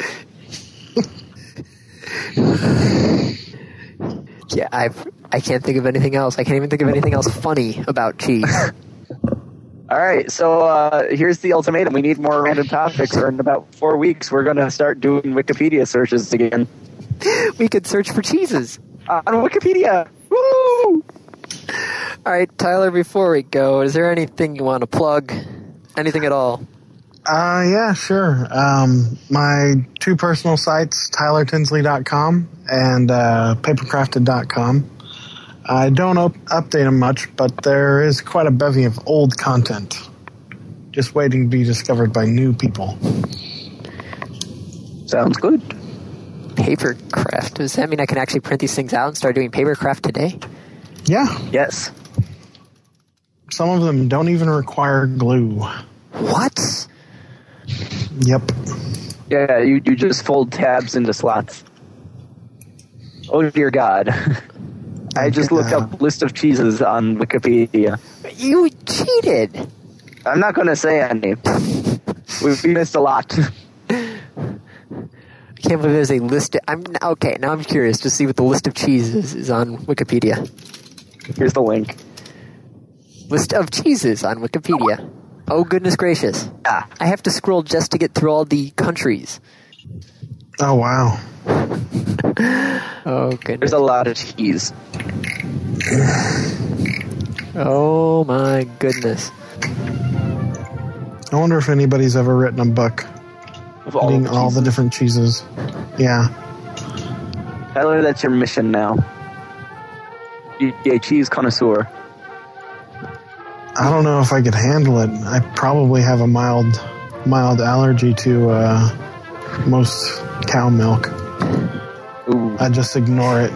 S1: Yeah, I I can't think of anything else. I can't even think of anything else funny about cheese.
S6: <laughs>
S2: All right, so uh, here's the ultimatum. We need more random topics, or in about four weeks, we're going to start doing Wikipedia searches again.
S1: we could search for cheeses.
S2: On Wikipedia! Woo!
S1: All right, Tyler, before we go, is there anything you want to plug? Anything at all?
S6: Uh, yeah, sure. Um, my two personal sites, tylertinsley.com and uh, papercrafted.com. I don't up- update them much, but there is quite a bevy of old content just waiting to be discovered by new people.
S2: Sounds good.
S1: Paper craft. Does that mean I can actually print these things out and start doing paper craft today?
S6: Yeah,
S2: Yes.
S6: some of them don't even require glue.
S1: What?
S6: Yep.
S2: Yeah, you, you just fold tabs into slots. Oh, dear God. <laughs> I just looked up list of cheeses on Wikipedia.
S1: You cheated.
S2: I'm not going to say any. We, we missed a lot. <laughs>
S1: I can't believe there's a list. I'm okay. Now I'm curious to see what the list of cheeses is on Wikipedia.
S2: Here's the link.
S1: List of cheeses on Wikipedia. Oh goodness gracious!
S2: Ah,
S1: I have to scroll just to get through all the countries.
S6: Oh, wow.
S1: Oh
S2: there's
S1: goodness!
S2: a lot of cheese.
S1: Oh my goodness!
S6: I wonder if anybody's ever written a book
S2: Of all,
S6: eating
S2: the
S6: all the
S2: cheeses.
S6: different cheeses. Yeah.
S2: Tyler, that's your mission now. You, you cheese connoisseur.
S6: I don't know if I could handle it. I probably have a mild, mild allergy to uh, most cow milk.
S2: Ooh.
S6: I just ignore it.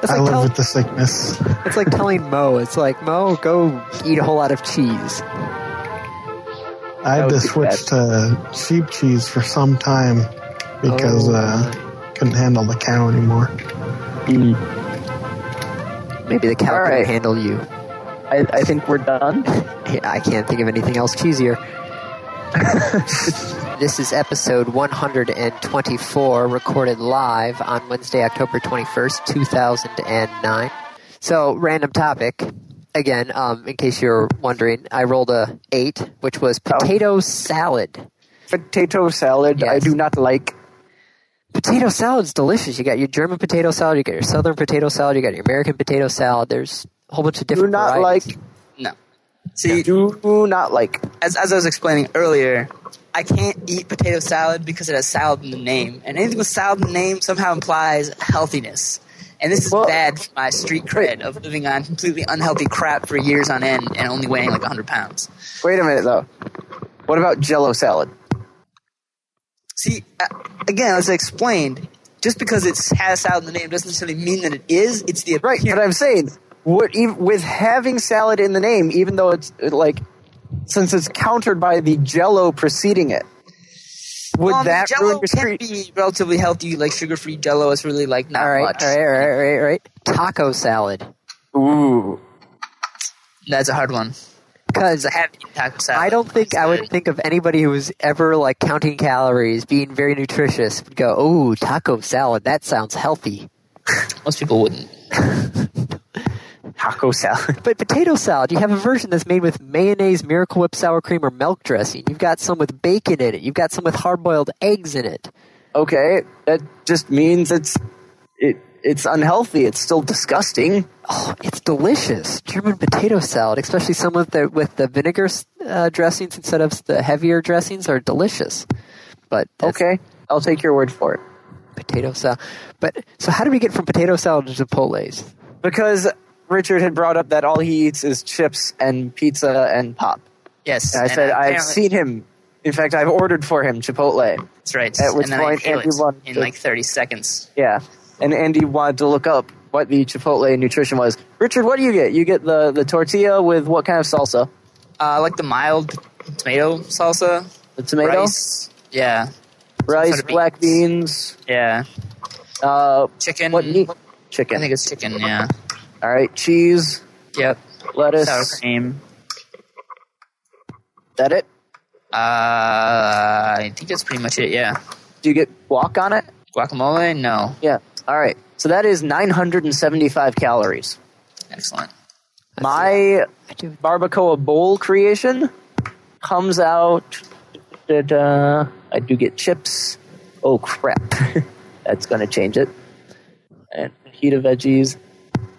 S1: That's
S6: I
S1: like,
S6: live
S1: tell,
S6: with the sickness.
S1: that's like telling Mo. It's like Mo, go eat a whole lot of cheese.
S6: I
S2: That
S6: had
S2: would
S6: to
S2: be
S6: switch to sheep cheese for some time because
S1: Oh,
S6: uh, couldn't handle the cow anymore.
S1: Maybe the cow
S2: All
S1: can
S2: right.
S1: handle you.
S2: I, I think we're done.
S1: Yeah, I can't think of anything else
S2: <laughs>
S1: cheesier. this is episode 124, recorded live on Wednesday, October 21st, 2009. So, random topic. Again, um, in case you're wondering, I rolled a eight, which was
S2: Oh.
S1: potato salad.
S2: Potato salad, I
S1: Yes.
S2: do not like.
S1: Potato salad's delicious. You got your German potato salad, you got your Southern potato salad, you got your American potato salad. There's a whole bunch of
S2: Do
S1: different.
S2: not
S1: varieties.
S2: like.
S7: No. See,
S2: Do not like.
S7: as, as I was explaining earlier, I can't eat potato salad because it has salad in the name. And anything with salad in the name somehow implies healthiness. And this is
S2: Well-
S7: bad for my street cred of living on completely unhealthy crap for years on end and only weighing like 100 pounds.
S2: Wait a minute, though. What about jello salad?
S7: See, uh, again, as I explained, just because it has salad in the name doesn't necessarily mean that it is. It's the
S2: Right, but I'm saying, what, ev with having salad in the name, even though it's uh, like, since it's countered by the jello preceding it, would
S7: Um,
S2: that
S7: Jell-O
S2: ruin your
S7: can
S2: street?
S7: be relatively healthy, like sugar-free Jello is really like not
S1: All right,
S7: much.
S1: all right, all right, all right, all right. Taco salad.
S2: Ooh.
S7: That's a hard one.
S1: Because
S7: I have eaten taco salad.
S1: I don't think I would think of anybody who was ever like counting calories, being very nutritious, would go, "Oh, taco salad. That sounds healthy."
S7: Most people wouldn't.
S2: Taco salad.
S1: But potato salad, you have a version that's made with mayonnaise, Miracle Whip sour cream, or milk dressing. You've got some with bacon in it. You've got some with hard-boiled eggs in it.
S2: Okay, that just means it's. It, it's unhealthy. It's still disgusting.
S1: Oh, it's delicious German potato salad, especially some with the with the vinegar uh, dressings instead of the heavier dressings are delicious. But that's
S2: Okay, I'll take your word for it.
S1: potato salad. But so how do we get from potato salad to Chipotle's?
S2: Because Richard had brought up that all he eats is chips and pizza and pop.
S7: Yes.
S2: And I
S7: and
S2: said, I've
S7: apparently-
S2: seen him. In fact, I've ordered for him Chipotle.
S7: That's right.
S2: at which
S7: and then
S2: point
S7: I inhale
S2: everyone
S7: it in
S2: should-
S7: like 30 seconds.
S2: Yeah. And Andy wanted to look up what the Chipotle nutrition was. Richard, what do you get? You get the, the tortilla with what kind of salsa?
S7: Uh, like the mild tomato salsa,
S2: The tomato,
S7: rice. Yeah.
S2: rice,
S7: Sort of
S2: black beans,
S7: Yeah.
S2: uh,
S7: Chicken.
S2: what meat?
S7: I
S2: Chicken.
S7: think it's chicken. Yeah.
S2: All right, cheese,
S7: Yep.
S2: lettuce.
S7: Sour cream.
S2: That it?
S7: Uh, I think that's pretty much it. Yeah.
S2: Do you get guac on it?
S7: Guacamole? No.
S2: Yeah. All right. So that is 975 calories.
S7: Excellent.
S2: My
S1: I do.
S2: barbacoa bowl creation comes out that uh, I do get chips. Oh crap, <laughs> that's gonna change it. And fajita veggies,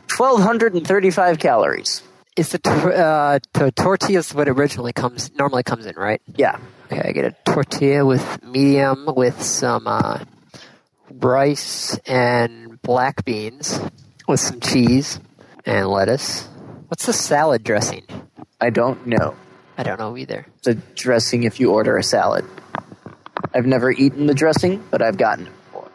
S2: twelve hundred and thirty-five calories.
S1: Is the tor- uh, to- tortillas what originally comes normally comes in, right?
S2: Yeah,
S1: Okay, I get a tortilla with medium with some uh, rice and black beans with some cheese and lettuce. What's the salad dressing?
S2: I don't know
S1: I don't know either.
S2: the dressing if you order a salad. I've never eaten the dressing, but I've gotten it before.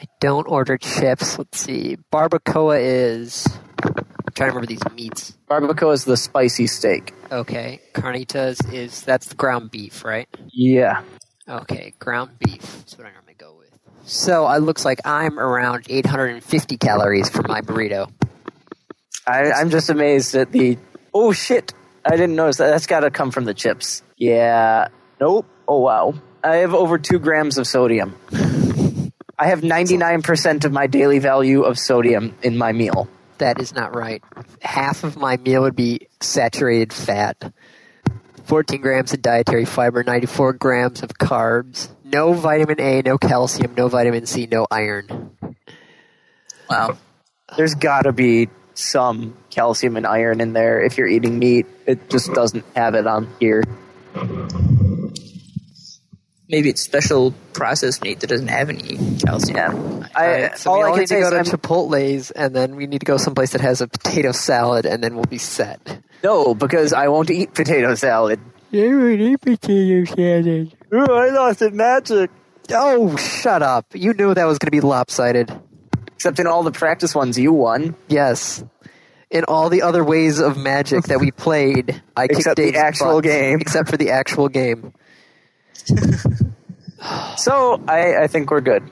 S1: I don't order chips. Let's see. Barbacoa is. I'm trying to remember these meats.
S2: Barbacoa is the spicy steak.
S1: Okay, carnitas is that's the ground beef, right?
S2: Yeah,
S1: Okay, ground beef. That's what I normally go with. So it looks like I'm around 850 calories for my burrito.
S2: I, I'm just amazed at the. Oh shit! I didn't notice that. That's got to come from the chips. Yeah. Nope. Oh wow. I have over two grams of sodium. I have 99% of my daily value of sodium in my meal.
S1: That is not right. Half of my meal would be saturated fat. 14 grams of dietary fiber, 94 grams of carbs, no vitamin A, no calcium, no vitamin C, no iron.
S7: Wow.
S2: There's got to be some calcium and iron in there if you're eating meat. It just doesn't have it on here.
S7: Maybe it's special processed meat that doesn't have any calcium.
S2: Yeah.
S7: I,
S2: I,
S1: So
S2: Uh, all
S1: we
S2: I
S1: all
S2: can
S1: need to
S2: say
S1: go
S2: is
S1: to
S2: I'm-
S1: Chipotle's, and then we need to go someplace that has a potato salad, and then we'll be set.
S2: no, because I won't eat potato salad. Ooh, I lost it magic.
S1: Oh, shut up! You knew that was going to be lopsided.
S2: Except in all the practice ones you won.
S1: Yes. In all the other ways of magic
S2: <laughs>
S1: that we played, I kicked
S2: Except the
S1: Dave's
S2: actual
S1: butt.
S2: game.
S1: Except for the actual game.
S2: So I, I think we're good.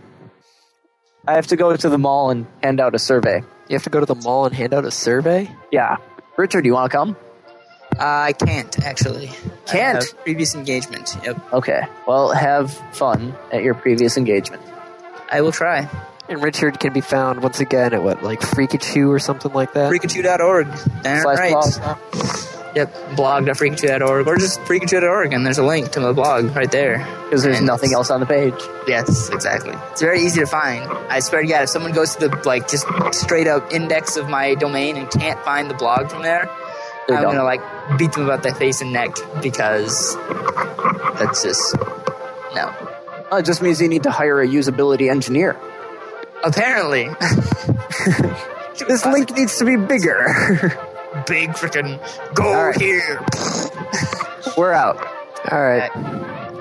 S2: I have to go to the mall and hand out a survey.
S1: You have to go to the mall and hand out a survey?
S2: Yeah. Richard, you want to come?
S7: Uh, I can't actually. I
S2: Can't?
S7: have previous engagement. Yep.
S2: Okay. Well, have fun at your previous engagement.
S7: I will try.
S1: And Richard can be found once again at what, like Freakachu or something like that?
S7: Freakachu.org. Damn
S2: Slash
S7: right.
S2: blog.
S7: Yep. Blog.freakachu.org or just freakachu.org and there's a link to my blog right there.
S2: Because there's
S7: And-
S2: nothing else on the page.
S7: Yes, exactly. It's very easy to find. I swear to God, if someone goes to the like just straight up index of my domain and can't find the blog from there,
S2: They
S7: I'm
S2: don't.
S7: gonna like beat them about their face and neck because that's just no.
S2: Oh, it just means you need to hire a usability engineer.
S7: Apparently, <laughs>
S2: This link needs to be bigger. <laughs>
S7: big freaking go
S2: All right.
S7: here.
S2: We're out.
S1: All right.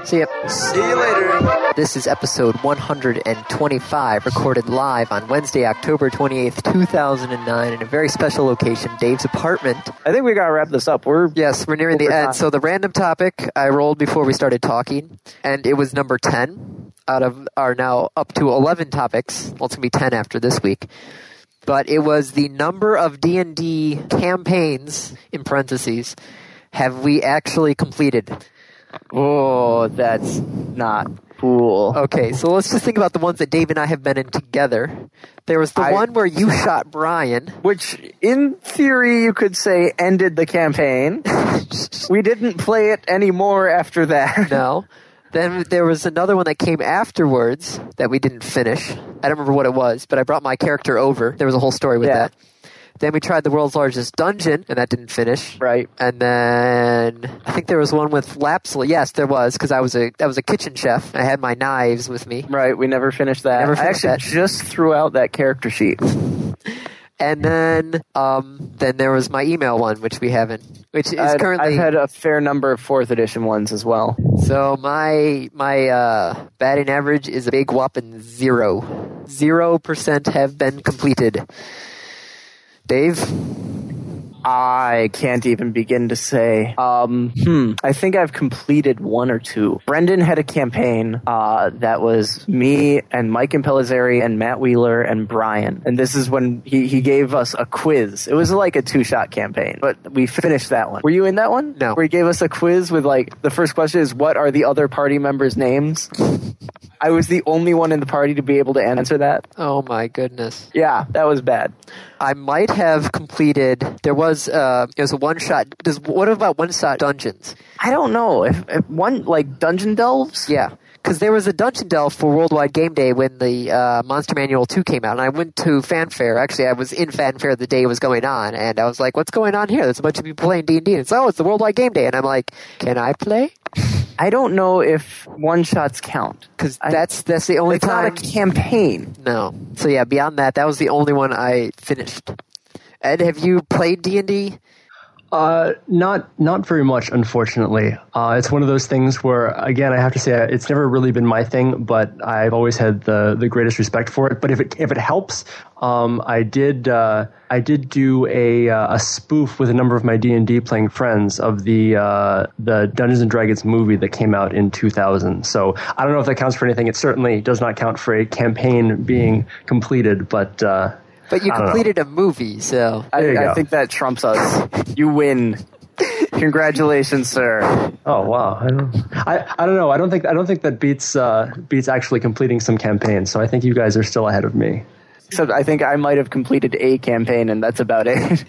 S1: See ya.
S7: See you later.
S1: This is episode 125, recorded live on Wednesday, October 28th, 2009, in a very special location, Dave's apartment.
S2: I think we got to wrap this up. We're
S1: Yes, we're nearing the
S2: Over
S1: end.
S2: time.
S1: So the random topic I rolled before we started talking, and it was number ten out of are now up to eleven topics. Well, it's gonna be ten after this week, but it was the number of D and D campaigns in parentheses have we actually completed.
S2: Oh, that's not cool.
S1: Okay, so let's just think about the ones that Dave and I have been in together. There was the
S2: I-
S1: one where you shot Brian.
S2: Which, in theory, you could say <laughs> ended the campaign. we didn't play it anymore after that.
S1: No. Then there was another one that came afterwards that we didn't finish. I don't remember what it was, but I brought my character over. There was a whole story with
S2: Yeah.
S1: that. Then we tried the world's largest dungeon, and that didn't finish.
S2: <laughs> Right.
S1: And then I think there was one with Lapsley. Yes, there was because I was a I was a kitchen chef. I had my knives with me.
S2: Right, we never finished that.
S1: Never
S2: I
S1: finished that.
S2: actually just threw out that character sheet.
S1: And then um, then there was my email one, which we haven't, which is
S2: I've,
S1: currently.
S2: I've had a fair number of fourth edition ones as well.
S1: So my my uh, batting average is a big whopping zero. Zero percent have been completed. Dave,
S2: I can't even begin to say. Um, hmm, I think I've completed one or two. Brendan had a campaign uh, that was me and Mike Impelizzeri and Matt Wheeler and Brian. And this is when he, he gave us a quiz. It was like a two shot campaign, but we finished that one. Were you in that one?
S1: No.
S2: Where he gave us a quiz with like the first question is what are the other party members' names? I was the only one in the party to be able to answer that.
S1: oh my goodness,
S2: Yeah, that was bad.
S1: I might have completed. There was uh, it was a one shot. Does what about one shot dungeons?
S2: I don't know if, if one like dungeon delves.
S1: Yeah, because there was a dungeon delve for Worldwide Game Day when the uh, Monster Manual 2 came out, and I went to Fanfare. Actually, I was in Fanfare the day it was going on, and I was like, "What's going on here? There's a bunch of people playing D and D." It's oh, it's the Worldwide Game Day, and I'm like, "Can I play?"
S2: I don't know if one shots count.
S1: Because
S2: I-
S1: that's that's the only
S2: It's not a
S1: time.
S2: campaign.
S1: No, so yeah, beyond that, that was the only one I finished. Ed, have you played D and D?
S8: Uh, not not very much, unfortunately. Uh, it's one of those things where, again, I have to say uh, it's never really been my thing, but I've always had the the greatest respect for it. But if it if it helps, um, I did uh, I did do a uh, a spoof with a number of my D and D playing friends of the uh, the Dungeons and Dragons movie that came out in 2000. So I don't know if that counts for anything. It certainly does not count for a campaign being completed, but. Uh,
S1: But you
S8: I don't know.
S1: completed a movie, so
S8: There you
S2: I, I
S8: go.
S2: think that trumps us. You <laughs> win. Congratulations, sir.
S8: Oh wow! I don't, I, I don't know. I don't think I don't think that beats uh, beats actually completing some campaigns. So I think you guys are still ahead of me.
S2: Except I think I might have completed a campaign, and that's about it.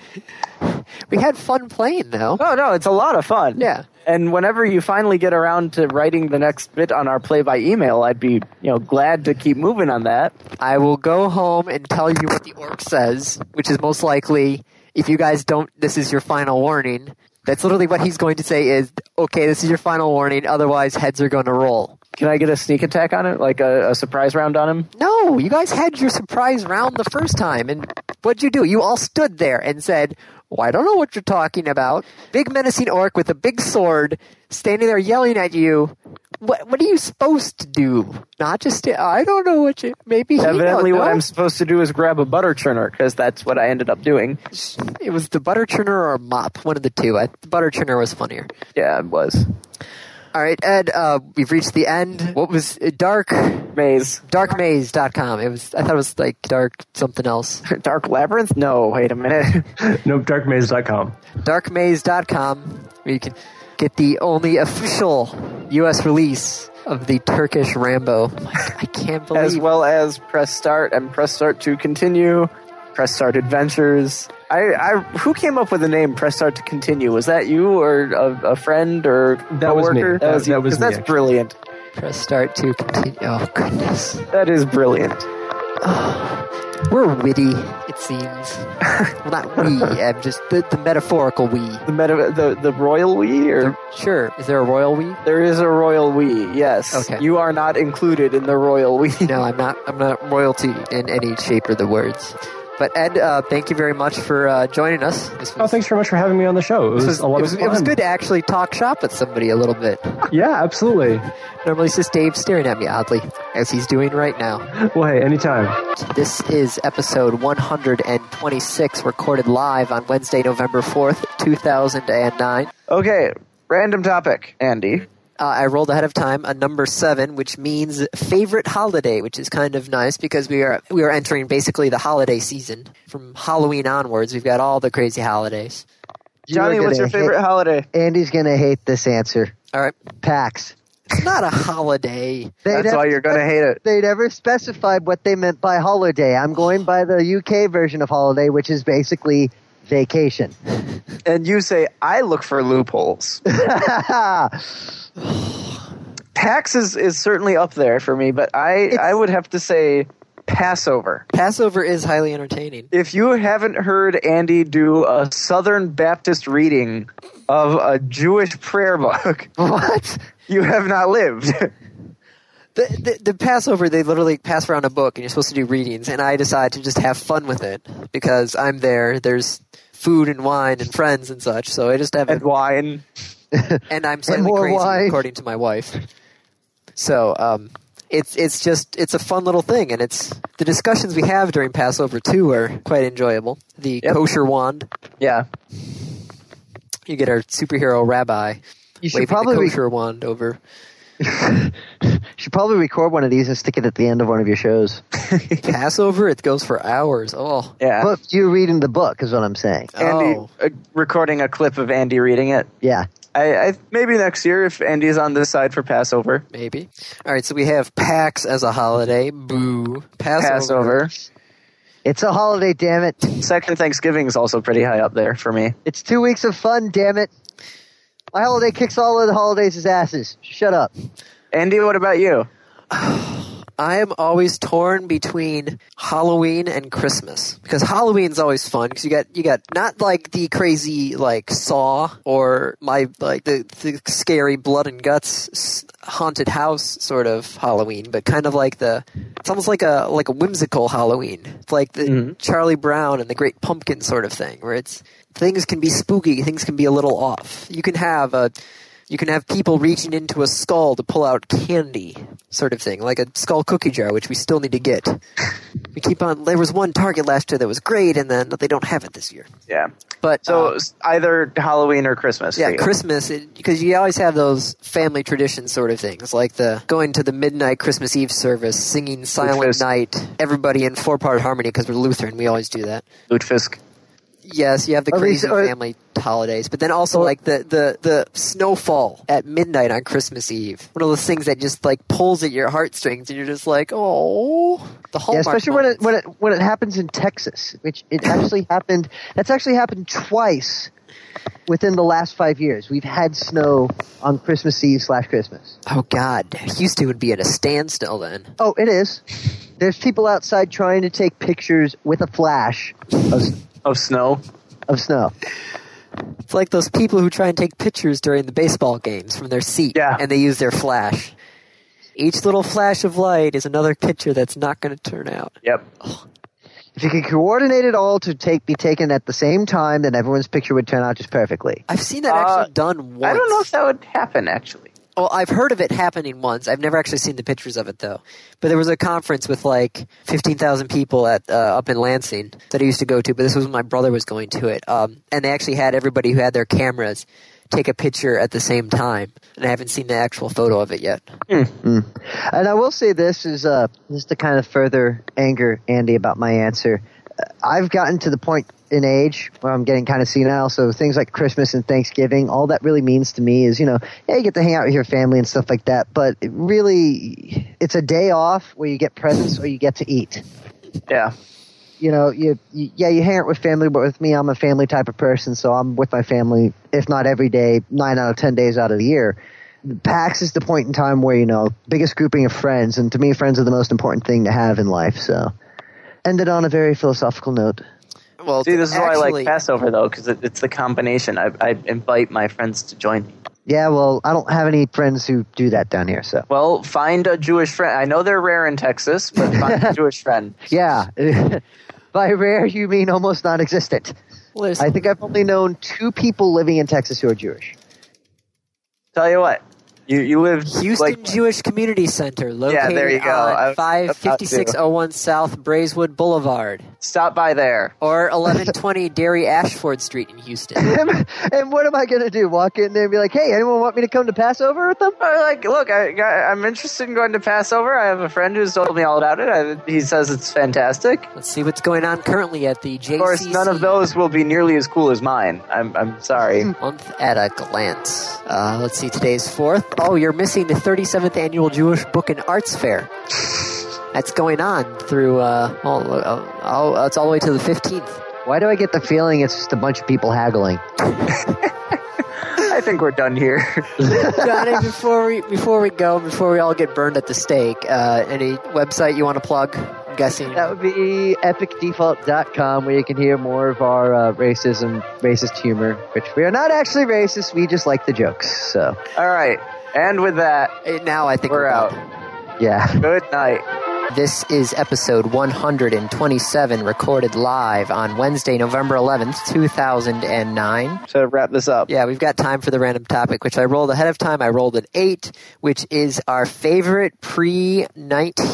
S2: <laughs>
S1: we had fun playing though.
S2: oh no, it's a lot of fun.
S1: Yeah.
S2: And whenever you finally get around to writing the next bit on our play by email, I'd be you know glad to keep moving on that.
S1: I will go home and tell you what the orc says, which is most likely if you guys don't this is your final warning. That's literally what he's going to say is okay, this is your final warning, otherwise heads are going to roll.
S2: Can I get a sneak attack on it, like a, a surprise round on him?
S1: No, you guys had your surprise round the first time and what'd you do? You all stood there and said, "Well, I don't know what you're talking about." Big menacing orc with a big sword standing there yelling at you. What what are you supposed to do? Not just sta- I don't know what you maybe he don't
S2: Evidently, what
S1: know.
S2: I'm supposed to do is grab a butter churner because that's what I ended up doing.
S1: It was the butter churner or a mop, one of the two. I, the butter churner was funnier.
S2: Yeah, it was
S1: All right, Ed, uh, we've reached the end. What was uh, dark?
S2: maze.
S1: Darkmaze.com. It was. I thought it was like dark something else.
S2: <laughs> Dark Labyrinth? No, wait a minute. <laughs>
S8: No, darkmaze.com.
S1: Darkmaze.com. Where you can get the only official U.S. release of the Turkish Rambo. I'm like, Oh I can't believe.
S2: as well as press start and press start to continue, press start adventures. I, I who came up with the name press start to continue? Was that you or a, a friend or
S8: That was me.
S2: coworker?
S8: That-
S2: you,
S8: that was
S2: 'cause
S8: me,
S2: That's
S8: actually.
S2: brilliant.
S1: Press start to continue. Oh goodness,
S2: That is brilliant.
S1: we're witty. It seems. <laughs> well, not we. Em, just the, the metaphorical we.
S2: The meta, the the royal we or.
S1: The- sure. Is there a royal we?
S2: there is a royal we, yes.
S1: Okay.
S2: You are not included in the royal we.
S1: <laughs> No, I'm not. I'm not royalty in any shape or the words. But Ed, uh, thank you very much for uh, joining us. This
S8: Oh,
S1: was,
S8: thanks very much for having me on the show. It was,
S1: this was-
S8: a lot
S1: it was,
S8: of
S1: it
S8: fun.
S1: was good to actually talk shop with somebody a little bit.
S8: Yeah, absolutely.
S1: Normally, it's just Dave staring at me oddly, as he's doing right now.
S8: Well, hey, anytime.
S1: This is episode 126, recorded live on Wednesday, November 4th, 2009.
S2: Okay, random topic, Andy.
S1: uh, I rolled ahead of time a number seven, which means favorite holiday, which is kind of nice because we are we are entering basically the holiday season from Halloween onwards. We've got all the crazy holidays.
S9: You are
S2: Johnny, what's your
S9: gonna
S2: favorite
S9: hate-
S2: holiday?
S9: Andy's going to hate this answer.
S1: All right,
S9: PAX.
S1: it's not a holiday.
S9: They'd
S2: That's
S9: have-
S2: why you're going to hate it. <laughs>
S9: They never specified what they meant by holiday. I'm going by the UK version of holiday, which is basically vacation.
S2: <laughs> and you say, I look for loopholes.
S9: I
S2: PAX is, is certainly up there for me, but I, I would have to say Passover.
S1: Passover is highly entertaining.
S2: If you haven't heard Andy do a Southern Baptist reading of a Jewish prayer <laughs> book,
S1: What?
S2: you have not lived.
S1: The, the, the Passover, they literally pass around a book and you're supposed to do readings, and I decide to just have fun with it because I'm there. There's food and wine and friends and such, so I just have
S2: and
S1: it.
S2: wine.
S1: And I'm slightly
S9: more
S1: crazy,
S9: wine.
S1: according to my wife. So um, it's it's just it's a fun little thing, and it's the discussions we have during Passover too are quite enjoyable. The
S2: Yep.
S1: kosher wand,
S2: Yeah.
S1: you get our superhero rabbi
S9: You should
S1: waving
S9: probably
S1: the
S9: re-
S1: kosher wand over.
S9: <laughs> should probably record one of these and stick it at the end of one of your
S1: <laughs>
S9: shows.
S1: Passover, it goes for hours. Oh,
S2: Yeah.
S9: Book you reading the book is what I'm saying.
S2: Andy
S1: Oh.
S2: uh, recording a clip of Andy reading it.
S9: Yeah.
S2: I, I maybe next year if Andy is on this side for Passover.
S1: Maybe. All right, so we have PAX as a holiday. Boo. Passover.
S2: Passover.
S9: It's a holiday, damn it.
S2: Second Thanksgiving is also pretty high up there for me.
S9: It's two weeks of fun, damn it. My holiday kicks all of the holidays' asses. Shut up.
S2: Andy, what about you?
S1: I am always torn between Halloween and Christmas because Halloween's always fun because you got you got not like the crazy like Saw or my like the, the scary blood and guts s- haunted house sort of Halloween, but kind of like the it's almost like a like a whimsical Halloween. It's like the Charlie Brown and the Great Pumpkin sort of thing where it's things can be spooky, things can be a little off. You can have a you can have people reaching into a skull to pull out candy, sort of thing, like a skull cookie jar, which we still need to get. We keep on. There was one Target last year that was great, and then they don't have it this year.
S2: Yeah.
S1: But
S2: So
S1: uh,
S2: s- either Halloween or Christmas. for
S1: yeah,
S2: you.
S1: Christmas because you always have those family tradition sort of things, like the going to the midnight Christmas Eve service, singing Silent
S2: is-
S1: Night, everybody in four part harmony because we're Lutheran. We always do that.
S2: Lutefisk.
S1: Yes, you have the
S9: Or at least-
S1: crazy
S9: or-
S1: family holidays, but then also like the, the the snowfall at midnight on Christmas Eve. One of those things that just like pulls at your heartstrings, and you're just like, oh, the
S9: Yeah,
S1: hallmark.
S9: especially when it
S1: moments.
S9: when it when it happens in Texas, which it actually <laughs> happened. That's actually happened twice within the last five years. We've had snow on Christmas Eve slash Christmas.
S1: oh God, Houston would be at a standstill then.
S9: Oh, it is. There's people outside trying to take pictures with a flash of,
S2: Of snow.
S9: of snow.
S1: It's like those people who try and take pictures during the baseball games from their seat,
S2: Yeah.
S1: and they use their flash. Each little flash of light is another picture that's not going to turn out.
S2: Yep.
S9: If you could coordinate it all to take be taken at the same time, then everyone's picture would turn out just perfectly.
S1: I've seen that
S2: Uh,
S1: actually done once.
S2: I don't know if that would happen actually.
S1: Well, I've heard of it happening once. I've never actually seen the pictures of it though. But there was a conference with like fifteen thousand people at uh, up in Lansing that I used to go to. But this was when my brother was going to it, um, and they actually had everybody who had their cameras take a picture at the same time. And I haven't seen the actual photo of it yet.
S9: Hmm. And I will say this is uh, just to kind of further anger Andy about my answer. Uh, I've gotten to the point in age where I'm getting kind of senile, so things like Christmas and Thanksgiving, all that really means to me is, you know, yeah, you get to hang out with your family and stuff like that, but it really, it's a day off where you get presents or you get to eat.
S2: Yeah.
S9: You know, you, you yeah, you hang out with family, but with me, I'm a family type of person, so I'm with my family, if not every day, nine out of ten days out of the year. PAX is the point in time where, you know, biggest grouping of friends, and to me, friends are the most important thing to have in life, so. Ended on a very philosophical note.
S1: Well,
S2: See, this is why I
S1: actually,
S2: like Passover though, because it, it's the combination. I, I invite my friends to join me.
S9: Yeah, well, uh, I don't have any friends who do that down here, so.
S2: Well, find a Jewish friend. I know they're rare in Texas, but
S9: <laughs>
S2: find a Jewish friend.
S9: Yeah. <laughs> By rare, you mean almost non existent.
S1: well, there's-
S9: I think I've only known two people living in Texas who are Jewish.
S2: Tell you what, you you live
S1: Houston
S2: like,
S1: Jewish Community Center,
S2: there
S1: located
S2: you go. I
S1: on
S2: was about
S1: five
S2: to.
S1: fifty six oh one South Brazewood Boulevard
S2: Stop by there.
S9: <laughs>
S1: or eleven twenty Dairy Ashford Street in Houston.
S9: and what am I going to do? Walk in there and be like, hey, anyone want me to come to Passover with them?
S2: I like, look, I, I, I'm interested in going to Passover. I have a friend who's told me all about it. I, he says it's fantastic.
S1: Let's see what's going on currently at the JCC.
S2: Of course, none of those will be nearly as cool as mine. I'm, I'm
S9: <laughs>
S2: sorry.
S1: month at a glance. Uh, let's see, today's fourth. Oh, you're missing the 37th annual Jewish Book and Arts Fair. That's going on through. Uh, oh, uh, oh, it's all the way to the 15th.
S9: Why do I get the feeling it's just a bunch of people haggling?
S2: I think we're done here. <laughs>
S1: Johnny, before we before we go, before we all get burned at the stake, uh, any website you want to plug? I'm guessing.
S9: That would be epicdefault.com where you can hear more of our uh, racism, racist humor, which we are not actually racist. We just like the jokes. So,
S2: All right. And with that,
S1: Eh, Now I think
S2: we're out.
S1: done.
S9: yeah.
S2: Good night.
S1: This is episode 127, recorded live on Wednesday, November 11th, 2009.
S2: To wrap this up.
S1: Yeah, we've got time for the random topic, which I rolled ahead of time. I rolled an eight, which is our favorite pre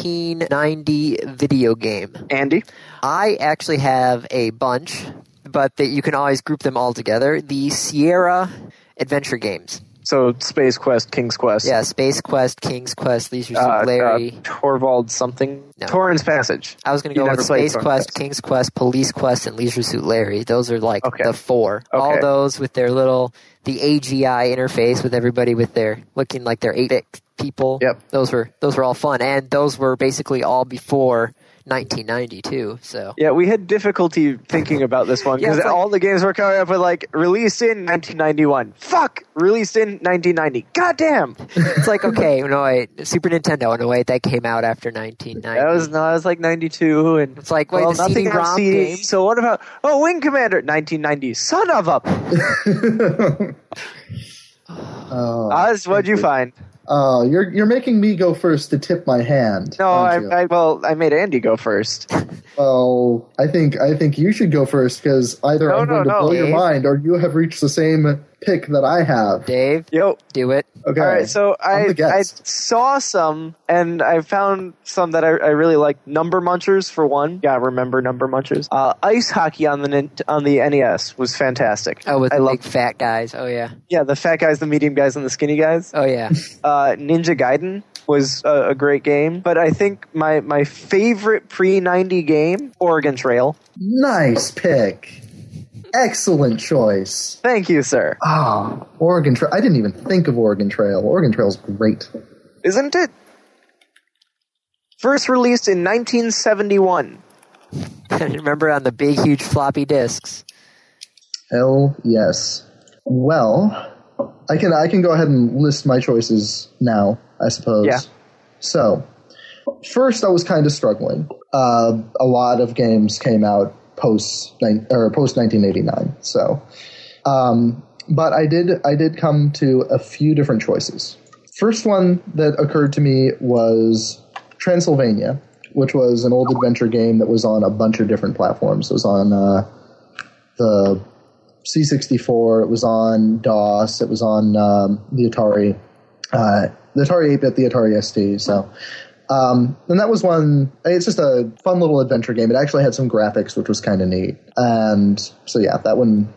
S1: 1990 video game.
S2: Andy?
S1: I actually have a bunch, but that you can always group them all together. The Sierra adventure games.
S2: So Space Quest, King's Quest.
S1: Yeah, Space Quest, King's Quest, Leisure Suit
S2: Uh, uh,
S1: Larry.
S2: Torvald something.
S1: No.
S2: Torrens Passage.
S1: I was going to
S2: you
S1: go with
S2: never played
S1: Space
S2: Torrent
S1: Quest,
S2: Quest.
S1: King's Quest, Police Quest, and Leisure Suit Larry. Those are like
S2: Okay.
S1: the four. All
S2: Okay.
S1: those with their little the AGI interface with everybody with their looking like they're eight bit people.
S2: Yep.
S1: Those were those were all fun, and those were basically all before 1990 too. So
S2: Yeah, we had difficulty thinking about this one
S1: Yeah,
S2: because
S1: it's like-
S2: all the games were coming up with like released in 1991. Fuck, released in 1990. Goddamn.
S1: it's like okay, no wait, Super Nintendo. No wait, that came out after 1990.
S2: That was no, that was like 92 and
S1: it's like wait,
S2: well,
S1: the
S2: nothing on
S1: CD-ROM
S2: CD.
S1: games.
S2: So what about oh, Wing Commander 1990? Son of a.
S10: <laughs>
S2: <laughs>
S10: oh,
S2: Oz, what'd you find?
S10: oh, you're you're making me go first to tip my hand.
S2: No,
S10: aren't you?
S2: I, I well, I made Andy go first.
S10: Well, I think I think you should go first because either
S2: No,
S10: I'm
S2: no,
S10: going to
S2: no,
S10: blow your
S1: Dave.
S10: mind or you have reached the same pick that I have.
S1: Dave,
S2: Yo.
S1: do it.
S10: Okay.
S2: All right, so
S10: I'm
S2: I
S10: the
S2: I
S10: guest.
S2: saw some and I found some that I, I really like. Number Munchers for one. Yeah, I remember Number Munchers. Uh, ice hockey on the nin- on the NES was fantastic.
S1: Oh, with
S2: I
S1: the
S2: love
S1: big fat guys. Oh yeah.
S2: yeah the fat guys, the medium guys, and the skinny guys.
S1: Oh yeah.
S2: Uh, Ninja Gaiden was a, a great game, but I think my my favorite pre ninety game, Oregon Trail.
S10: nice pick. Excellent choice.
S2: Thank you, sir.
S10: Ah, Oregon Trail. I didn't even think of Oregon Trail. Oregon Trail's great.
S2: Isn't it? First released in 1971.
S1: Remember on the big huge floppy disks.
S10: Hell yes. Well, I can I can go ahead and list my choices now, I suppose.
S2: Yeah.
S10: So, first I was kind of struggling. Uh, a lot of games came out post nine or post 1989. So, um, but I did I did come to a few different choices. First one that occurred to me was Transylvania, which was an old adventure game that was on a bunch of different platforms. It was on uh, the C64. It was on DOS. It was on um, the Atari, uh, the Atari 8-bit, the Atari ST. So, um, and that was one. It's just a fun little adventure game. It actually had some graphics, which was kind of neat. And so, yeah, that one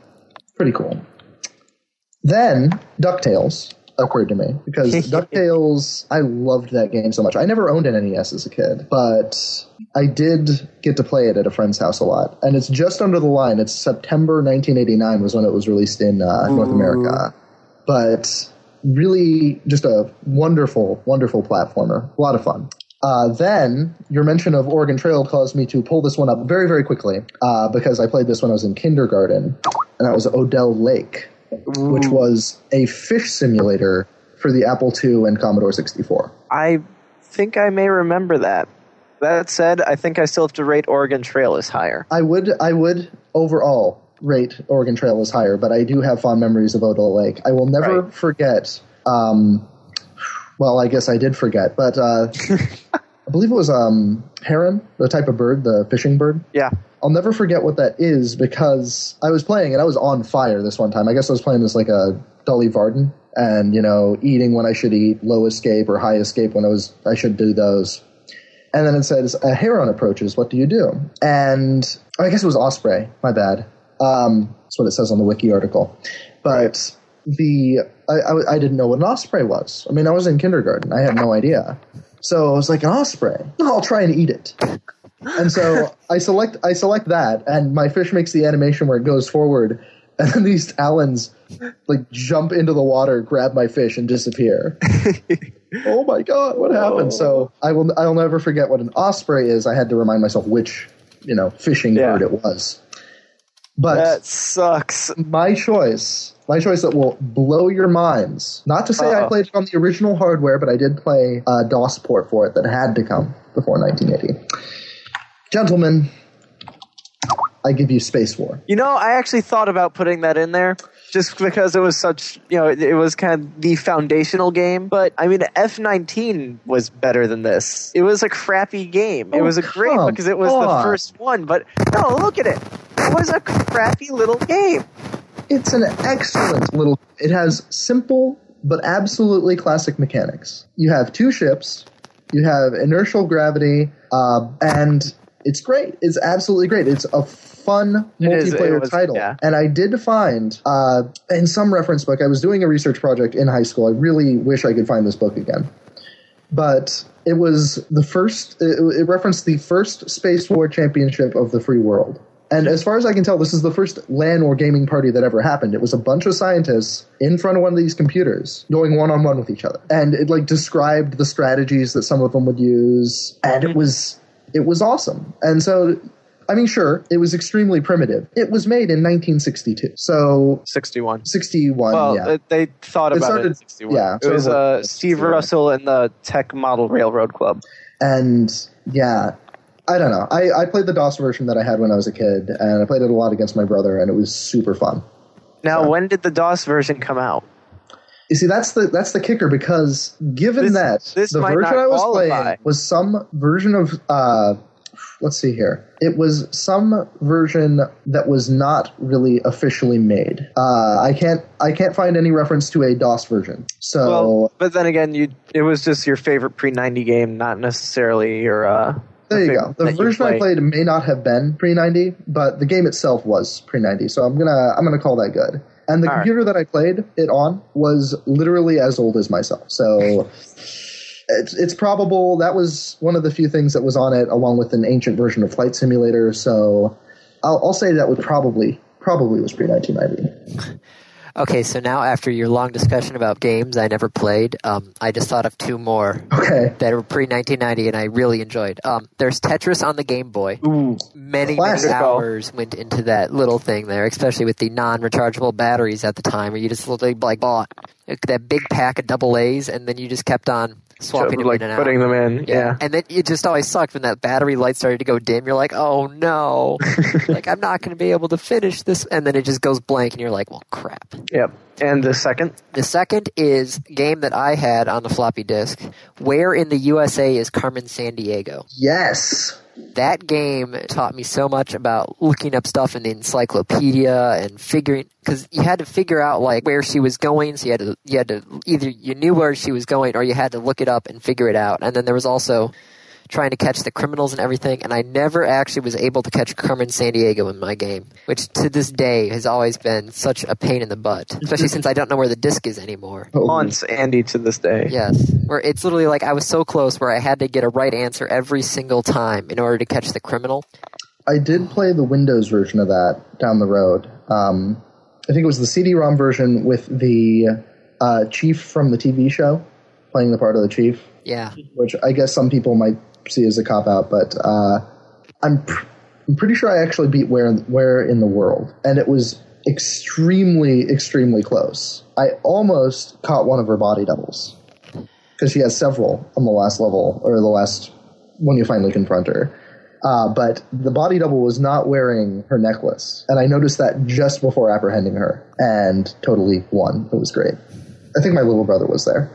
S10: pretty cool. Then Ducktales occurred to me
S2: <laughs>
S10: because Ducktales, I loved that game so much. I never owned an NES as a kid, but I did get to play it at a friend's house a lot. And it's just under the line. It's September 1989 was when it was released in uh, North America, but really just a wonderful, wonderful platformer. A lot of fun. Uh, then your mention of Oregon Trail caused me to pull this one up very, very quickly uh, because I played this when I was in kindergarten, and that was Odell Lake, which was a fish simulator for the Apple II and Commodore 64.
S2: I think I may remember that. That said, I think I still have to rate Oregon Trail as higher.
S10: I would, I would overall rate Oregon Trail as higher, but I do have fond memories of Odell Lake. I will never
S2: Right.
S10: forget. Um, well, I guess I did forget, but
S2: <laughs>
S10: uh, I believe it was um, heron, the type of bird, the fishing bird.
S2: Yeah.
S10: I'll never forget what that is because I was playing and I was on fire this one time. I guess I was playing as like a Dolly Varden and, you know, eating when I should eat, low escape or high escape when I was I should do those. And then it says, a heron approaches, what do you do? And oh, I guess it was Osprey, my bad. Um, that's what it says on the wiki article. But the I, I, I didn't know what an osprey was. I mean, I was in kindergarten. I had no idea. So I was like, an osprey? I'll try and eat it and so I select I select that, and my fish makes the animation where it goes forward, and then these talons like jump into the water, grab my fish, and disappear. oh my god, what happened? So I will I'll never forget what an osprey is. I had to remind myself which you know fishing
S2: Yeah.
S10: bird it was. But
S3: That sucks.
S10: my choice, my choice that will blow your minds. Not to say I
S2: Uh-huh.
S3: Uh-oh.
S10: played it on the original hardware, but I did play uh, DOS port for it that had to come before 1980. Gentlemen, I give you Space War.
S2: You know, I actually thought about putting that in there just because it was such, you know, it, it was kind of the foundational game. But I mean, F19 was better than this. It was a crappy game. it
S10: Oh,
S2: was a great
S10: come
S2: because it was the
S10: on.
S2: first one. But no, look at it. It was a crappy little game.
S10: It's an excellent little. It has simple but absolutely classic mechanics. You have two ships, you have inertial gravity, uh, and it's great. It's absolutely great. It's a fun
S2: It is, it
S10: multiplayer
S2: was-
S10: title.
S2: yeah.
S10: And I did find uh, in some reference book, I was doing a research project in high school. I really wish I could find this book again. But it was the first, it, it referenced the first Space War Championship of the free world. And as far as I can tell, this is the first LAN or gaming party that ever happened. It was a bunch of scientists in front of one of these computers going one on one with each other. And it like described the strategies that some of them would use. And it was, it was awesome. And so, I mean, sure, it was extremely primitive. It was made in 1962. So
S2: 61.
S10: 61,
S2: Well,
S10: yeah.
S2: uh, they thought
S10: It
S2: about it in
S10: started-
S2: 61.
S10: yeah,
S2: it
S10: sort
S2: was
S10: of like
S2: uh,
S10: this,
S2: Steve
S10: yeah.
S2: Russell and the Tech Model Railroad Club.
S10: and yeah i don't know I, I played the dos version that i had when i was a kid and i played it a lot against my brother and it was super fun
S2: Now, when did the DOS version come out?
S10: you see that's the that's the kicker because given
S2: This-
S10: that
S2: this
S10: the
S2: might
S10: version
S2: not
S10: i was
S2: qualify.
S10: playing was some version of uh let's see here it was some version that was not really officially made uh, i can't i can't find any reference to a dos version so
S2: Well, but then again, you it was just your favorite pre ninety game, not necessarily your. Uh,
S10: There you
S2: favorite
S10: go. The
S2: that
S10: version I
S2: played.
S10: played may not have been pre ninety, but the game itself was pre ninety, so I'm gonna I'm gonna call that good. And the
S2: All right.
S10: computer that I played it on was literally as old as myself, so it's it's probable that was one of the few things that was on it, along with an ancient version of Flight Simulator. So I'll, I'll say that would probably probably was pre nineteen ninety.
S1: Okay, so now after your long discussion about games I never played, um, I just thought of two more
S10: Okay,
S1: that were pre 1990 and I really enjoyed. Um, there's Tetris on the Game Boy. Many, many
S10: Classic.
S1: hours went into that little thing there, especially with the non rechargeable batteries at the time, where you just literally like bought that big pack of double A's and then you just kept on swapping them
S2: like
S1: in and out.
S2: putting them in. Yeah.
S1: And then it just always sucked when that battery light started to go dim. You're like, oh
S2: <laughs>
S1: no, like I'm not going to be able to finish this. And then it just goes blank, and you're like, well, crap.
S2: Yep. And the second,
S1: The second is game that I had on the floppy disk. Where in the USA is Carmen San Diego?
S10: yes,
S1: That game taught me so much about looking up stuff in the encyclopedia and figuring because you had to figure out like where she was going. So you had to you had to either you knew where she was going or you had to look it up and figure it out. And then there was also trying to catch the criminals and everything. And I never actually was able to catch Carmen San Diego in my game, which to this day has always been such a pain in the butt, especially since I don't know where the disc is anymore.
S10: Oh,
S2: haunts Andy to this day.
S1: Yes, where it's literally like I was so close where I had to get a right answer every single time in order to catch the criminal.
S10: I did play the Windows version of that down the road. Um, I think it was the CD-ROM version with the uh, chief from the TV show playing the part of the chief,
S1: Yeah,
S10: which I guess some people might see as a cop out, but uh, I'm pr- I'm pretty sure I actually beat where where in the world, and it was extremely extremely close. I almost caught one of her body doubles because she has several on the last level or the last when you finally confront her. Uh, but the body double was not wearing her necklace, and I noticed that just before apprehending her, and totally won. It was great. I think my little brother was there.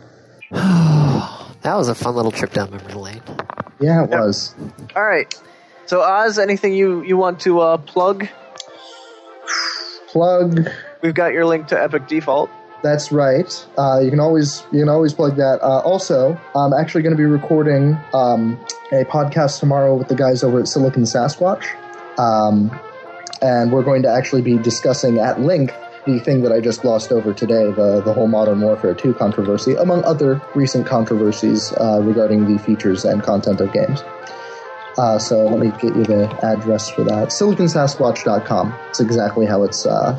S1: that was a fun little trip down memory lane.
S10: Yeah, it was.
S2: All right. So Oz, anything you you want to uh, plug?
S10: Plug.
S2: We've got your link to Epic Default.
S10: That's right. Uh, you can always you can always plug that. Uh, also, I'm actually going to be recording um, a podcast tomorrow with the guys over at Silicon Sasquatch, um, and we're going to actually be discussing at length the thing that I just glossed over today, the the whole Modern Warfare 2 controversy, among other recent controversies uh, regarding the features and content of games. Uh, so let me get you the address for that. SiliconSasquatch.com. It's exactly how it's uh,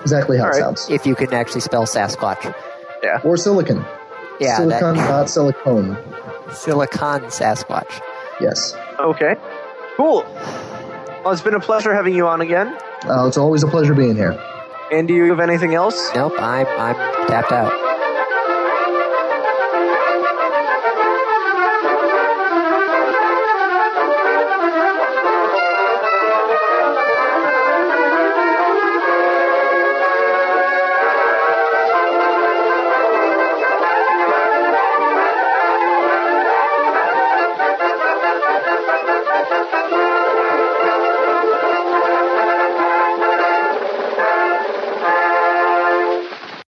S10: exactly how
S2: All
S10: it
S2: right.
S10: sounds.
S1: If you can actually spell Sasquatch,
S10: Or silicon.
S1: yeah,
S10: silicon,
S1: that,
S10: not silicone.
S1: Silicon Sasquatch.
S10: Yes.
S2: Okay. Cool. Well, it's been a pleasure having you on again.
S11: Uh, it's always a pleasure being here.
S10: And do you have anything else?
S2: Nope, I'm, I'm tapped out.